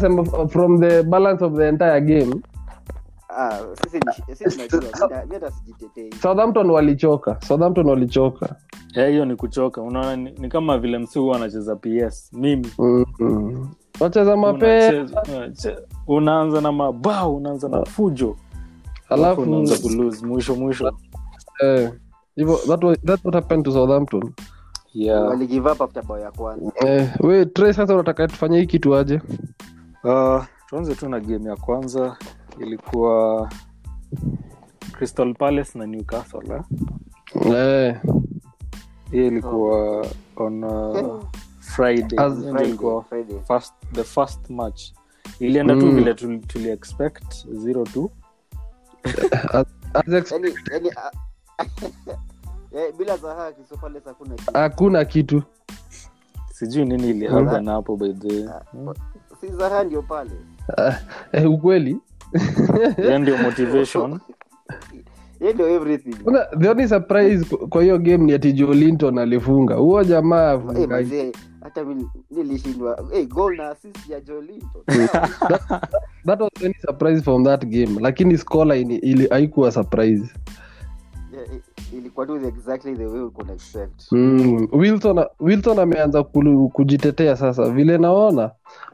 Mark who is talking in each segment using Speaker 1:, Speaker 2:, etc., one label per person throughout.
Speaker 1: sema f- from the balance of the entire game
Speaker 2: Ah, sisi ni- sisi tunajua, mi- mi hata sijitetei
Speaker 1: southampton walichoka southampton walichoka
Speaker 3: Eh, hiyo ni kuchoka unaona ni, ni kama vile msi huwa anacheza ps mimi
Speaker 1: mm-hmm. wacheza mapema
Speaker 3: Unacheza- unache- unaanza na mabao unaanza na fujo alafu
Speaker 1: alafu
Speaker 3: unaanza kulose mwisho mwisho
Speaker 1: eh, hivyo that was- that's what happened to southampton
Speaker 3: yeah.
Speaker 2: waligive up after bao ya kwanza
Speaker 1: eh, we tre sasa unataka tufanye hii kitu aje
Speaker 3: uh, tuanze tu na game ya kwanza ilikuwa crystal palace na newcastle eh?
Speaker 1: eh,
Speaker 3: hiyo ilikuwa on uh, friday
Speaker 1: As-
Speaker 3: Hiyo ndio
Speaker 2: Friday,
Speaker 3: ilikuwa
Speaker 2: Friday.
Speaker 3: first, the first match ilienda tu
Speaker 1: Mm.
Speaker 3: vile tuli- tuliexpect zero tu
Speaker 1: as ex-
Speaker 2: Yaani- yaani, ah, eh, bila sahaa kisopales hakuna kitu.
Speaker 1: hakuna kitu
Speaker 3: sijui nini ilihapen hapo by the way.
Speaker 2: si sahaa ndio pale
Speaker 1: eh, ukweli
Speaker 3: Hiyo ndio motivation
Speaker 2: Yeye ndio everything
Speaker 1: Kuna- the only surprise kwa- kwa hiyo game ni ati jolinton alifunga huo jamaa
Speaker 2: Eh,
Speaker 1: afunga
Speaker 2: mzee, hata mi nilishindwa Eh, goal na assist ya jolinto
Speaker 1: that was the only surprise from that game lakini scoreline ili haikuwa surprise
Speaker 2: Eh, ilikuwa tu the- exactly the way ulikuwa unaexpect
Speaker 1: mm. wilson wilson ameanza kulu- kujitetea sasa vile naona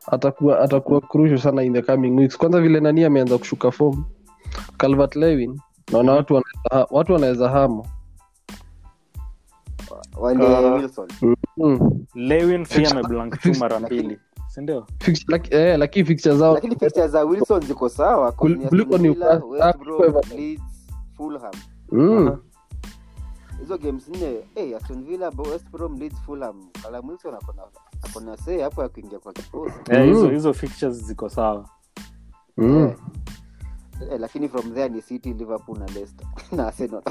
Speaker 1: atakuwa atakuwa crucial sana in the coming weeks kwanza vile nani ameanza kushuka form calvert lewin naona watu wanaweza- watu wanaweza hama
Speaker 2: wale
Speaker 3: Ah.
Speaker 2: wilson
Speaker 1: mm.
Speaker 3: lewin pia ameblank tu mara mbili sindio
Speaker 1: Fix- laki- eh, lakini fixture zao
Speaker 2: lakini picture za wilson ziko sawa kwa
Speaker 1: Kul-
Speaker 2: ni Aston
Speaker 1: kuliko
Speaker 2: Villa,
Speaker 1: Newcastle,
Speaker 2: West
Speaker 1: ah,
Speaker 2: Brom,
Speaker 1: kwa Everton.
Speaker 2: Leeds, Fulham.
Speaker 1: mm.
Speaker 2: hizo games nne eh, Aston Villa, Bo- West Brom, Leeds, Fulham. Callum Wilson akona akona say hapo ya kuingia kwa kikosi
Speaker 3: Eh, hizo
Speaker 1: Mm.
Speaker 3: hizo fixtures ziko sawa
Speaker 1: Mm.
Speaker 2: eh, lakini from there ni City, Liverpool na Leicester na Arsenal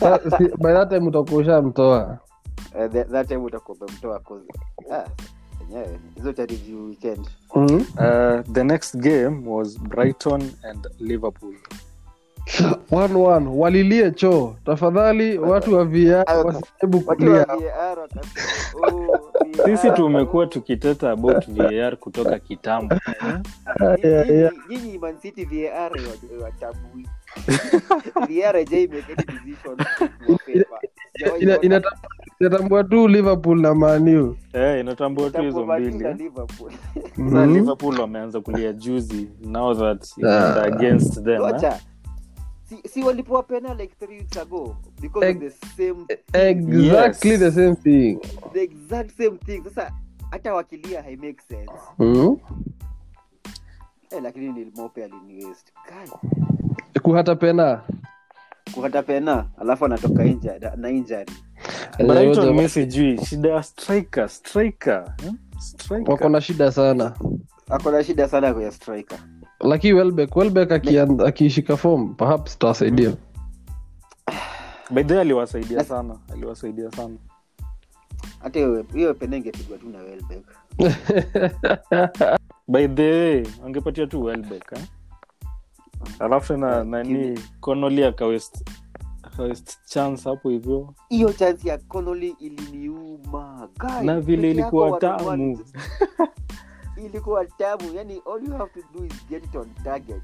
Speaker 1: Sa- si- by that time utakuwa ushamtoa
Speaker 2: Eh, that, that time utakuwa umemtoa kozi ah, enyewe hizo cha review weekend
Speaker 1: mm.
Speaker 3: uh, the next game was brighton and liverpool
Speaker 1: one, one. walilie choo tafadhali watu wa via
Speaker 2: Ayo,
Speaker 1: wasijaribu
Speaker 2: watu wa
Speaker 1: kulia
Speaker 2: VAR wakasema, "Oh, VAR,
Speaker 3: sisi tumekuwa
Speaker 2: oh."
Speaker 3: tukiteta about var kutoka kitambo
Speaker 1: Ah, Yeah,
Speaker 2: Nyinyi-
Speaker 1: yeah.
Speaker 2: nyinyi Man City VAR wa- wachambui. VAR haijai make any decision kwa favor. Sijawahi
Speaker 1: Ina-
Speaker 2: ona.
Speaker 1: inata- inatambua tu liverpool na maniu
Speaker 3: eh, inatambua tu hizo
Speaker 2: Itakuwa Man City
Speaker 3: mbili
Speaker 2: na
Speaker 3: eh.
Speaker 2: Liverpool.
Speaker 3: Sasa
Speaker 1: Hmm?
Speaker 3: liverpool wameanza kulia juzi now that it's
Speaker 1: Ah.
Speaker 3: against them eh.
Speaker 2: Wacha. Si- si walipewa pena like three weeks ago because of
Speaker 1: Ex-
Speaker 2: the same
Speaker 1: exactly
Speaker 3: Yes.
Speaker 1: the same thing
Speaker 2: the exact same thing sasa hata wakilia hai make sense
Speaker 3: Ah.
Speaker 1: mm.
Speaker 2: eh, lakini nilmope aliniwest
Speaker 1: kuhata pena
Speaker 2: kukata pena alafu anatoka inja na injari
Speaker 1: Eh,
Speaker 3: brighton mi sijui shida ya striker striker eh? Striker.
Speaker 1: wako na shida sana
Speaker 2: akona shida sana kwenye striker
Speaker 1: lakini welbeck welbeck akian- akishika form perhaps tawasaidia
Speaker 3: by the way aliwasaidia sana aliwasaidia sana
Speaker 2: hata hiyo- hiyo pena ingepigwa tu na welbeck
Speaker 3: by the way angepatia tu welbeck eh? alafu tena nani Connolly akawest akawest chance hapo hivyo
Speaker 2: hiyo chansi ya Connolly iliniuma Guy,
Speaker 3: na
Speaker 2: peke
Speaker 3: vile ilikuwa
Speaker 2: yako watu
Speaker 3: tamu
Speaker 2: wani- ilikuwa tamu yani all you have to do is get it on target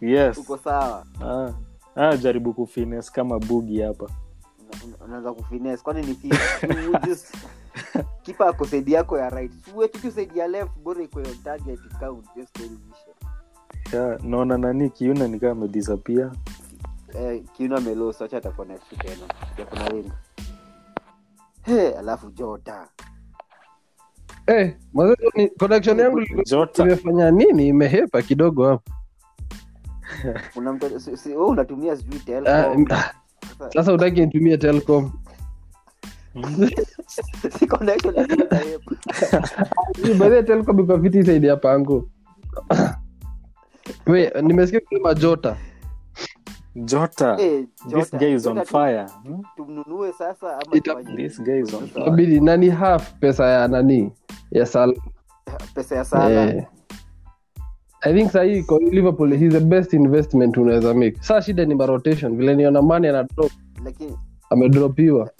Speaker 3: yes
Speaker 2: uko sawa
Speaker 3: ah. Ah, jaribu kufines kama bugi hapa
Speaker 2: Una- una- unaanza kufines kwani ni kipa? You just- kipa ako saidi yako ya right uwe kitu saidi ya left bora iko on target count just go revision.
Speaker 3: yeah. naona nani kiuna nikaa amedisapia
Speaker 2: eh, kiuno amelosa acha atakuwa na kitu tena Ya kuna winga He, alafu jota
Speaker 1: eh, mazee, ni- connection yangu ilikuwa
Speaker 3: jota
Speaker 1: imefanya nini imehepa kidogo hapo
Speaker 2: Una mtu- si- si- wewe unatumia sijui
Speaker 3: Eh,
Speaker 1: Ah,
Speaker 2: Telcom. Sasa-
Speaker 1: sasa utaki nitumie telcom
Speaker 2: si connection lazima itawepo.
Speaker 1: baadhi telcom iko fiti zaidi ya pango we nimesikia kusema jota
Speaker 3: jota
Speaker 2: Eh,
Speaker 3: Ah, this
Speaker 2: Jota,
Speaker 3: guy is
Speaker 2: Jota
Speaker 3: on
Speaker 2: tu-
Speaker 3: fire hmm?
Speaker 2: tumnunue sasa ama
Speaker 1: Ita-
Speaker 2: tufanye
Speaker 3: this
Speaker 2: nini?
Speaker 3: guy is on
Speaker 2: Sasa,
Speaker 1: abidi nani half pesa ya nani ya sal
Speaker 2: pesa ya sala
Speaker 1: eh. i think sahii kwa liverpool he's the best investment unaweza make saa shida ni marotation vile niona mane anadrop
Speaker 2: lakini
Speaker 1: amedropiwa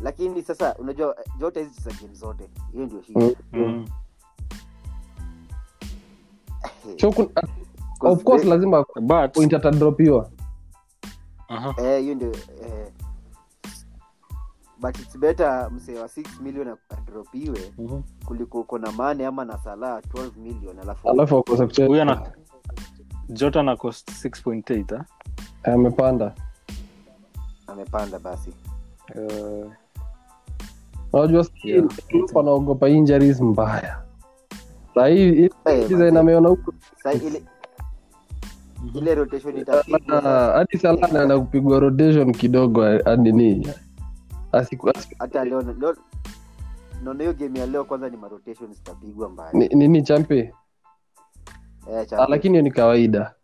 Speaker 2: lakini sasa unajua eh, jota hizi za game zote hiyo ndio hii
Speaker 1: Mm.
Speaker 3: Mm.
Speaker 2: Eh,
Speaker 1: so kun, of course lazima
Speaker 3: but
Speaker 1: point atadropiwa
Speaker 3: aha,
Speaker 2: eh, hiyo ndio eh. but its better msee wa 6 million adropiwe
Speaker 3: mhm.
Speaker 2: kuliko uko na mane ama na salaa 12 million alafu
Speaker 1: alafu akose
Speaker 3: huyu
Speaker 1: kucheza
Speaker 3: ana jota na cost 6.8 ah?
Speaker 1: amepanda
Speaker 2: amepanda basi
Speaker 3: Eh,
Speaker 1: unajua sasa
Speaker 3: Yeah.
Speaker 1: Klopp anaogopa injuries mbaya sahii
Speaker 2: Eh,
Speaker 1: design ameona huko
Speaker 2: sa ile ile rotation
Speaker 1: Eh,
Speaker 2: Eh,
Speaker 1: na-
Speaker 2: itapigwa sasa.
Speaker 1: hadi Salah anaenda kupigwa rotation kidogo hadi nini Asiku- asiku-
Speaker 2: hata leo leo naona hiyo game ya leo kwanza ni marotation zitapigwa mbaya
Speaker 1: ni- nini champe
Speaker 2: eh,
Speaker 1: Ah,
Speaker 2: Champions,
Speaker 1: lakini hiyo ni kawaida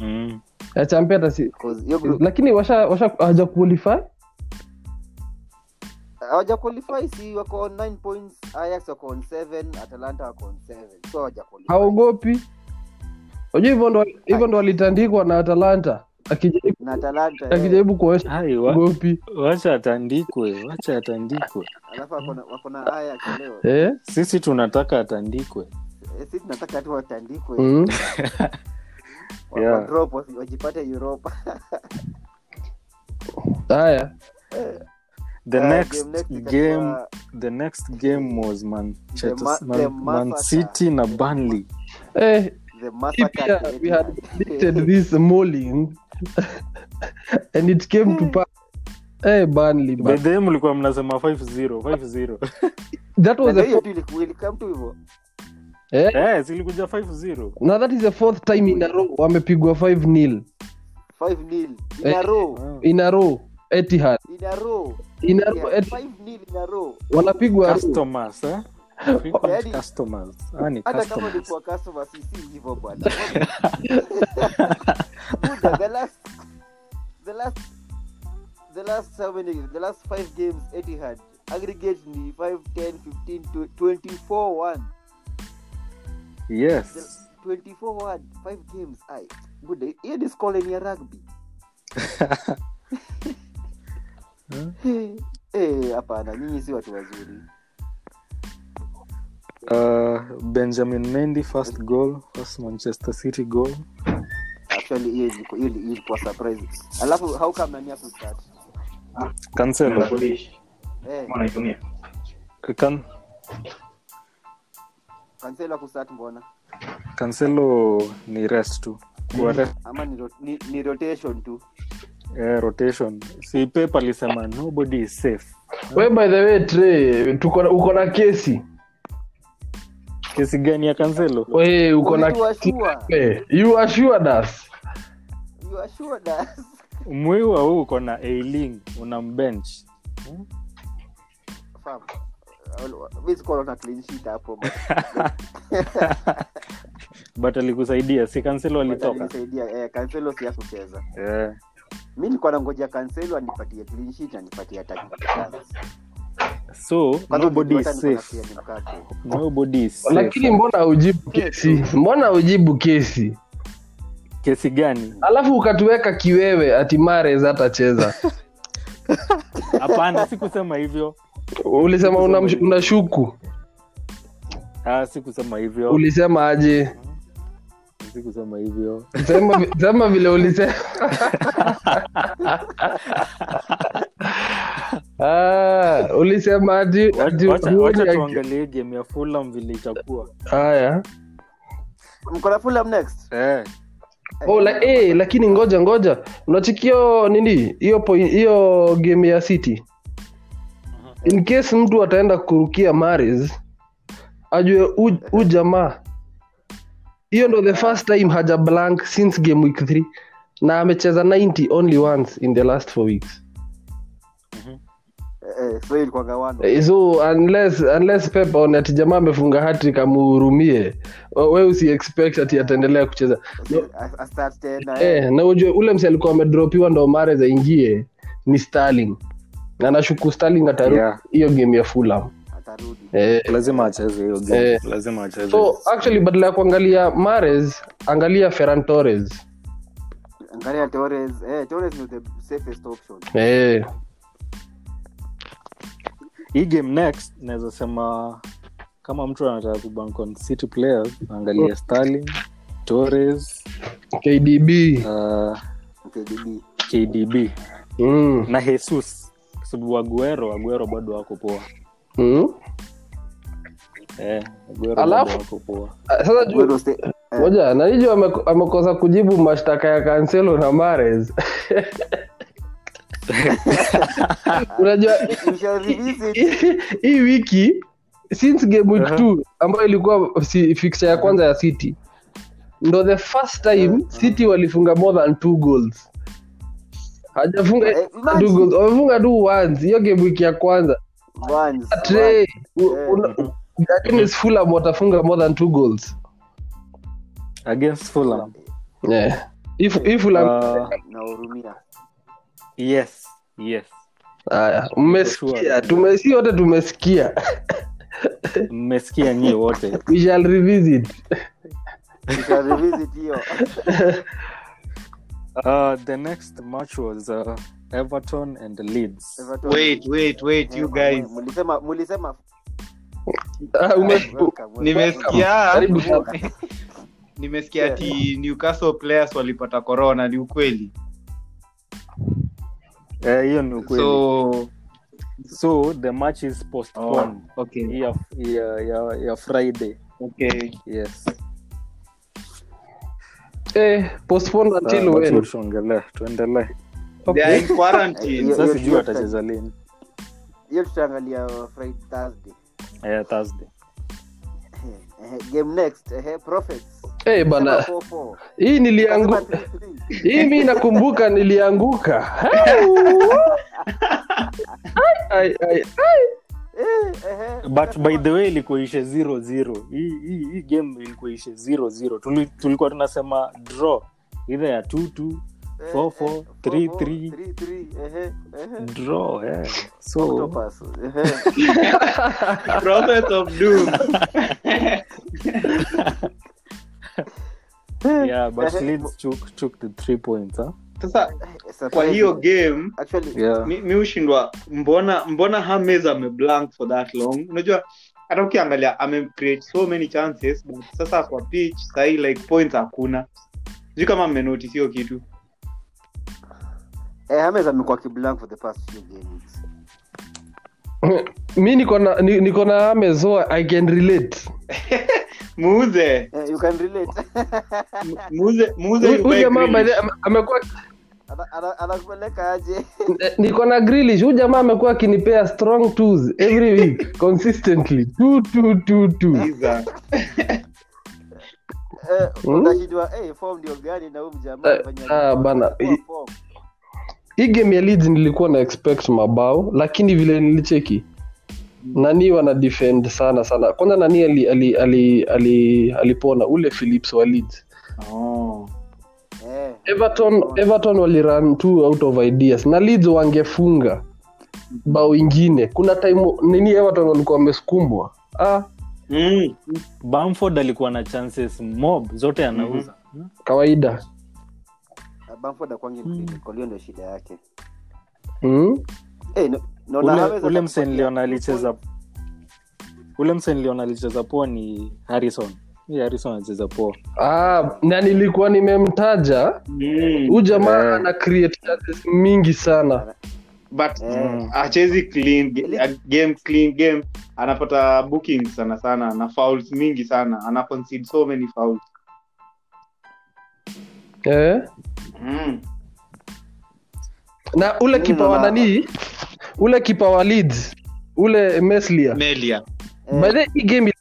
Speaker 3: mm.
Speaker 1: ya champe hata si
Speaker 2: 'cause hiyo group
Speaker 1: Mm. lakini washa washa haja qualify
Speaker 2: hawaja qualify si wako on 9 points Ajax wako on 7 Atalanta wako on 7 so hawaja qualify
Speaker 1: haogopi unajua hivyo ndo hivyo ndo walitandikwa na atalanta akijaribu
Speaker 2: na Atalanta eh,
Speaker 1: akijaribu kuonyesha
Speaker 3: Hai, wa,
Speaker 1: gopi
Speaker 3: wacha atandikwe wacha atandikwe
Speaker 2: alafu wako na- wako na Ajax leo
Speaker 1: eh?
Speaker 3: sisi tunataka atandikwe
Speaker 2: Eh, sisi tunataka tu watandikwe
Speaker 1: mm.
Speaker 2: wa-
Speaker 3: Yeah.
Speaker 2: wa drop wasi- wajipate Europa
Speaker 1: haya
Speaker 3: the
Speaker 2: Eh,
Speaker 3: next
Speaker 2: game next itakuwa
Speaker 3: game the next game was manchester
Speaker 2: The ma-
Speaker 3: man,
Speaker 2: the
Speaker 3: man
Speaker 2: massacre.
Speaker 3: city na burnley
Speaker 1: eh,
Speaker 2: the
Speaker 1: hii
Speaker 2: massacre
Speaker 1: pia
Speaker 2: at
Speaker 1: we had
Speaker 2: Etihad.
Speaker 1: predicted this morning and it came to pass eh, Burnley,
Speaker 3: by
Speaker 1: but
Speaker 3: the way mlikuwa mnasema 5-0 5-0
Speaker 1: that
Speaker 2: Na
Speaker 1: was
Speaker 2: ndio
Speaker 1: a
Speaker 2: hiyo
Speaker 1: fourth,
Speaker 2: tu ilikuwa- ilikam tu hivyo
Speaker 1: eh?
Speaker 3: eh zilikuja 5-0
Speaker 1: now that is the fourth time in a row wamepigwa 5 nil
Speaker 2: 5 nil in
Speaker 1: Eh.
Speaker 2: a row
Speaker 3: Ah.
Speaker 1: in a row Etihad
Speaker 2: in a row
Speaker 1: in a row
Speaker 2: Yeah,
Speaker 1: Etihad.
Speaker 2: 5 nil in a row
Speaker 1: wanapigwa row.
Speaker 3: customers eh Frequent
Speaker 2: Yaani-
Speaker 3: customers Ah, ni
Speaker 2: hata kama
Speaker 3: customers
Speaker 2: ulikuwa customer si si hivyo bwana Buda, the last the last the last how many the last five games Etihad aggregate ni 5 10 15 tw- 24 1
Speaker 3: yes
Speaker 2: 24 1 5 games ai buda hiyo ni score ni ya rugby eh hapana nyinyi si watu wazuri
Speaker 3: uh, benjamin mendy first goal first manchester city goal
Speaker 2: actually hiyo ilikuwa hiyo ilikuwa surprise alafu how come nani akustart
Speaker 3: cancelo
Speaker 2: eh
Speaker 3: Can,
Speaker 2: Cancelo akustart mbona
Speaker 3: cancelo ni rest tu Kwa rest,
Speaker 2: ama ni, rot- ni, ni rotation tu
Speaker 3: eh, rotation si pep alisema nobody is safe
Speaker 1: We, by the way Trey, tuko na- uko na kesi
Speaker 3: kesi gani ya cancelo
Speaker 1: We, uko na
Speaker 2: Ulikuwa
Speaker 1: kesi
Speaker 2: sure.
Speaker 1: We, Eh, you assured us
Speaker 2: You are sure that-
Speaker 3: mwiwa huu uko na ailing una mbench
Speaker 2: Fam, uh, mi sikuwa naona clean sheet hapo man.
Speaker 3: but alikusaidia si cancelo alitoka Eh,
Speaker 2: Alinisaidia, eh, Cancelo si hakucheza
Speaker 3: yeah.
Speaker 2: mi nilikuwa nangoja Cancelo anipatie clean sheet anipatie takikwanza
Speaker 3: so nobody is safe
Speaker 2: ni mkate
Speaker 3: nobody is safe
Speaker 1: lakini mbona ujibu kesi mbona ujibu kesi
Speaker 3: kesi gani
Speaker 1: alafu ukatuweka kiwewe ati mares hatacheza
Speaker 3: hapana sikusema hivyo
Speaker 1: ulisema una, una shuku
Speaker 3: ah, sikusema hivyo
Speaker 1: ulisema aje
Speaker 3: sikusema hivyo
Speaker 1: sema, vi- sema vile ulisema ah, ulisema ati ati
Speaker 3: wacha
Speaker 1: huoni
Speaker 3: wacha
Speaker 1: aki-
Speaker 3: tuangalie game ya fulam vile itakuwa
Speaker 1: haya
Speaker 2: mko na Fulham next
Speaker 3: eh,
Speaker 1: oh, la, eh, lakini ngoja ngoja unachikio nini hiyo poi- hiyo game ya city in case mtu ataenda kurukia maris ajue u- u jamaa hiyo ndo the first time haja blank since game week 3 na amecheza 90 only once in the last four weeks
Speaker 2: Eh, eh, so ilikuwa gawano
Speaker 1: Eh, so unless unless pep aone ati jamaa amefunga hatrik amuhurumie we usiexpect ati ataendelea kucheza
Speaker 2: Si- a- a start tena eh.
Speaker 1: eh, na ujue ule msi alikuwa amedropiwa ndo mares aingie ni starling na nashuku starling atarudi
Speaker 3: Yeah.
Speaker 1: hiyo game ya fulam
Speaker 2: atarudi
Speaker 1: eh,
Speaker 3: lazima acheze hiyo game
Speaker 1: Eh.
Speaker 3: lazima acheze
Speaker 1: so actually badala ya kuangalia mares angalia ferran torres
Speaker 2: angalia Torres eh, Torres ni the safest option
Speaker 1: eh,
Speaker 3: hii game next naweza sema kama mtu anataka kubank on city players angalia starling torres
Speaker 1: kdb
Speaker 3: uh,
Speaker 2: KDB.
Speaker 3: kdb
Speaker 1: mm.
Speaker 3: na jesus kwa sababu aguero aguero bado wako poa
Speaker 1: Mm.
Speaker 3: eh, aguero
Speaker 1: Alafu-
Speaker 3: bado wako poa
Speaker 1: Ah, sasa juu
Speaker 2: Aguero sta- eh,
Speaker 1: moja naiju ame- amekosa kujibu mashtaka ya kanselo na mares unajua
Speaker 2: we shall revisit.
Speaker 1: hii wiki since game week
Speaker 3: Uh-huh.
Speaker 1: two ambayo ilikuwa si, fixture ya kwanza ya city ndo the first time city walifunga more than two goals hajafunga
Speaker 2: Eh,
Speaker 1: two
Speaker 2: imagine.
Speaker 1: goals wamefunga tu once hiyo game week ya kwanza
Speaker 2: Once,
Speaker 1: Trey, u-
Speaker 2: Eh.
Speaker 1: una- lakini fulham watafunga more than two goals
Speaker 3: against fulham
Speaker 1: yeah. if,
Speaker 2: Eh,
Speaker 1: if fulham
Speaker 3: uh,
Speaker 2: once. Nahurumia.
Speaker 3: yes yes
Speaker 1: haya mmesikia
Speaker 3: Joshua.
Speaker 1: tumesi wote tumesikia
Speaker 3: mmesikia nyie wote
Speaker 1: we shall revisit
Speaker 2: We shall revisit hiyo.
Speaker 3: uh, the next match was uh, everton and leeds
Speaker 2: Everton.
Speaker 4: wait wait wait you guys
Speaker 2: Eh, Mulisema- mulisema-
Speaker 1: Ah,
Speaker 2: Eh,
Speaker 1: ume- u-
Speaker 2: welcome, welcome.
Speaker 4: nimesikia
Speaker 1: karibu sana.
Speaker 4: nimesikia ati newcastle players walipata corona ni ukweli
Speaker 3: Eh, hiyo ni ukweli so,
Speaker 4: so
Speaker 3: the match is
Speaker 4: oh,
Speaker 3: postponed
Speaker 4: okay
Speaker 3: ya, ya, ya, ya friday
Speaker 4: okay
Speaker 3: yes
Speaker 1: eh, postpone until
Speaker 2: Ah,
Speaker 3: Uh,
Speaker 1: when?
Speaker 3: wacha tuongelee, tuendelee
Speaker 4: they are in
Speaker 2: Yeah.
Speaker 4: quarantine
Speaker 3: sasa
Speaker 2: hiyo
Speaker 3: sijui
Speaker 2: tuta-
Speaker 3: watacheza lini
Speaker 2: hiyo tutaangalia Friday, Thursday.
Speaker 3: Eh, thursday
Speaker 2: Eh, eh, game next eh, prophets
Speaker 1: Eh, bana
Speaker 2: 4-4.
Speaker 1: hii
Speaker 2: Kasema
Speaker 1: niliangu
Speaker 2: 3-3.
Speaker 1: hii mi nakumbuka nilianguka Hau! Ai, ai,
Speaker 2: Eh, eh,
Speaker 3: but by the way ilikuwa ishe zero zero hii hii- hii game ilikuwa ishe zero zero Tuli, tulikuwa tunasema draw idha ya two two
Speaker 2: eh,
Speaker 3: four,
Speaker 2: eh,
Speaker 3: four,
Speaker 2: four,
Speaker 3: three,
Speaker 2: four,
Speaker 3: three.
Speaker 2: three, three, eh, eh,
Speaker 3: draw eh. so
Speaker 2: Octopus, eh.
Speaker 4: prophet of doom
Speaker 3: yeah but
Speaker 2: Eh,
Speaker 3: leeds took, took the three points huh?
Speaker 4: sasa
Speaker 2: Surprise.
Speaker 4: kwa hiyo game
Speaker 2: Actually,
Speaker 3: yeah
Speaker 4: mi, mi ushindwa mbona mbona hames ameblank for that long unajua hata ukiangalia amecreate so many chances but sasa kwa pitch sahii like points hakuna sijui kama mmenotisi hiyo kitu
Speaker 2: eh, James amekuwa kiblank for the past few games.
Speaker 1: mi niko na ni- niko na amezo i can relate
Speaker 4: muuze
Speaker 2: Eh, you can relate.
Speaker 4: mu- muuze muuze
Speaker 1: Huyu- huyu
Speaker 4: Ubay
Speaker 1: jamaa by the-
Speaker 4: Grealish.
Speaker 1: ame- amekuwa
Speaker 2: Ana- ana- anakupeleka aje
Speaker 1: eh, niko na grilish huyu jamaa amekuwa akinipea strong twos every week consistently two, two, two, two.
Speaker 4: Giza.
Speaker 2: Eh,
Speaker 1: Hmm?
Speaker 2: utashindwa eh, form ndio gani na huyu mjamaa
Speaker 1: Eh,
Speaker 2: anafanya
Speaker 1: ah, bana,
Speaker 2: anafanya
Speaker 1: i-
Speaker 2: form.
Speaker 1: hii game ya Leeds nilikuwa na expect mabao lakini vile nilicheki nani wana defend sana sana kwanza nani ali, ali, ali, ali, alipona ule philips wa Leeds.
Speaker 4: Oh.
Speaker 2: Eh,
Speaker 1: everton everton walirun two out of ideas na Leeds wangefunga bao ingine kuna time nini everton walikuwa wamesukumwa ah,
Speaker 4: Mm.
Speaker 3: bamford alikuwa na chances mob zote anauza
Speaker 2: Mm-hmm.
Speaker 1: kawaida
Speaker 2: Bamford akwangi
Speaker 3: Hmm.
Speaker 2: clinical, hiyo ndio shida yake
Speaker 1: mm?
Speaker 2: eh, no- naona
Speaker 3: Ule-
Speaker 2: James
Speaker 3: ule mse
Speaker 2: atakupatia
Speaker 3: niliona alicheza ule mse niliona alicheza poa ni harrison hii harrison alicheza poa
Speaker 1: ah, na nilikuwa nimemtaja
Speaker 4: Mm.
Speaker 1: huu jamaa
Speaker 3: Eh.
Speaker 1: ana create chances mingi sana
Speaker 4: but
Speaker 2: Eh.
Speaker 4: achezi clean ge- game clean game anapata bookings sana sana na fouls mingi sana ana concede so many fouls
Speaker 1: eh?
Speaker 4: mm.
Speaker 1: na ule
Speaker 2: Mimi
Speaker 1: kipa wa
Speaker 2: naona-
Speaker 1: nani ule kipa wa Leeds, ule meslia
Speaker 4: melia
Speaker 2: Eh.
Speaker 1: by the way, hii game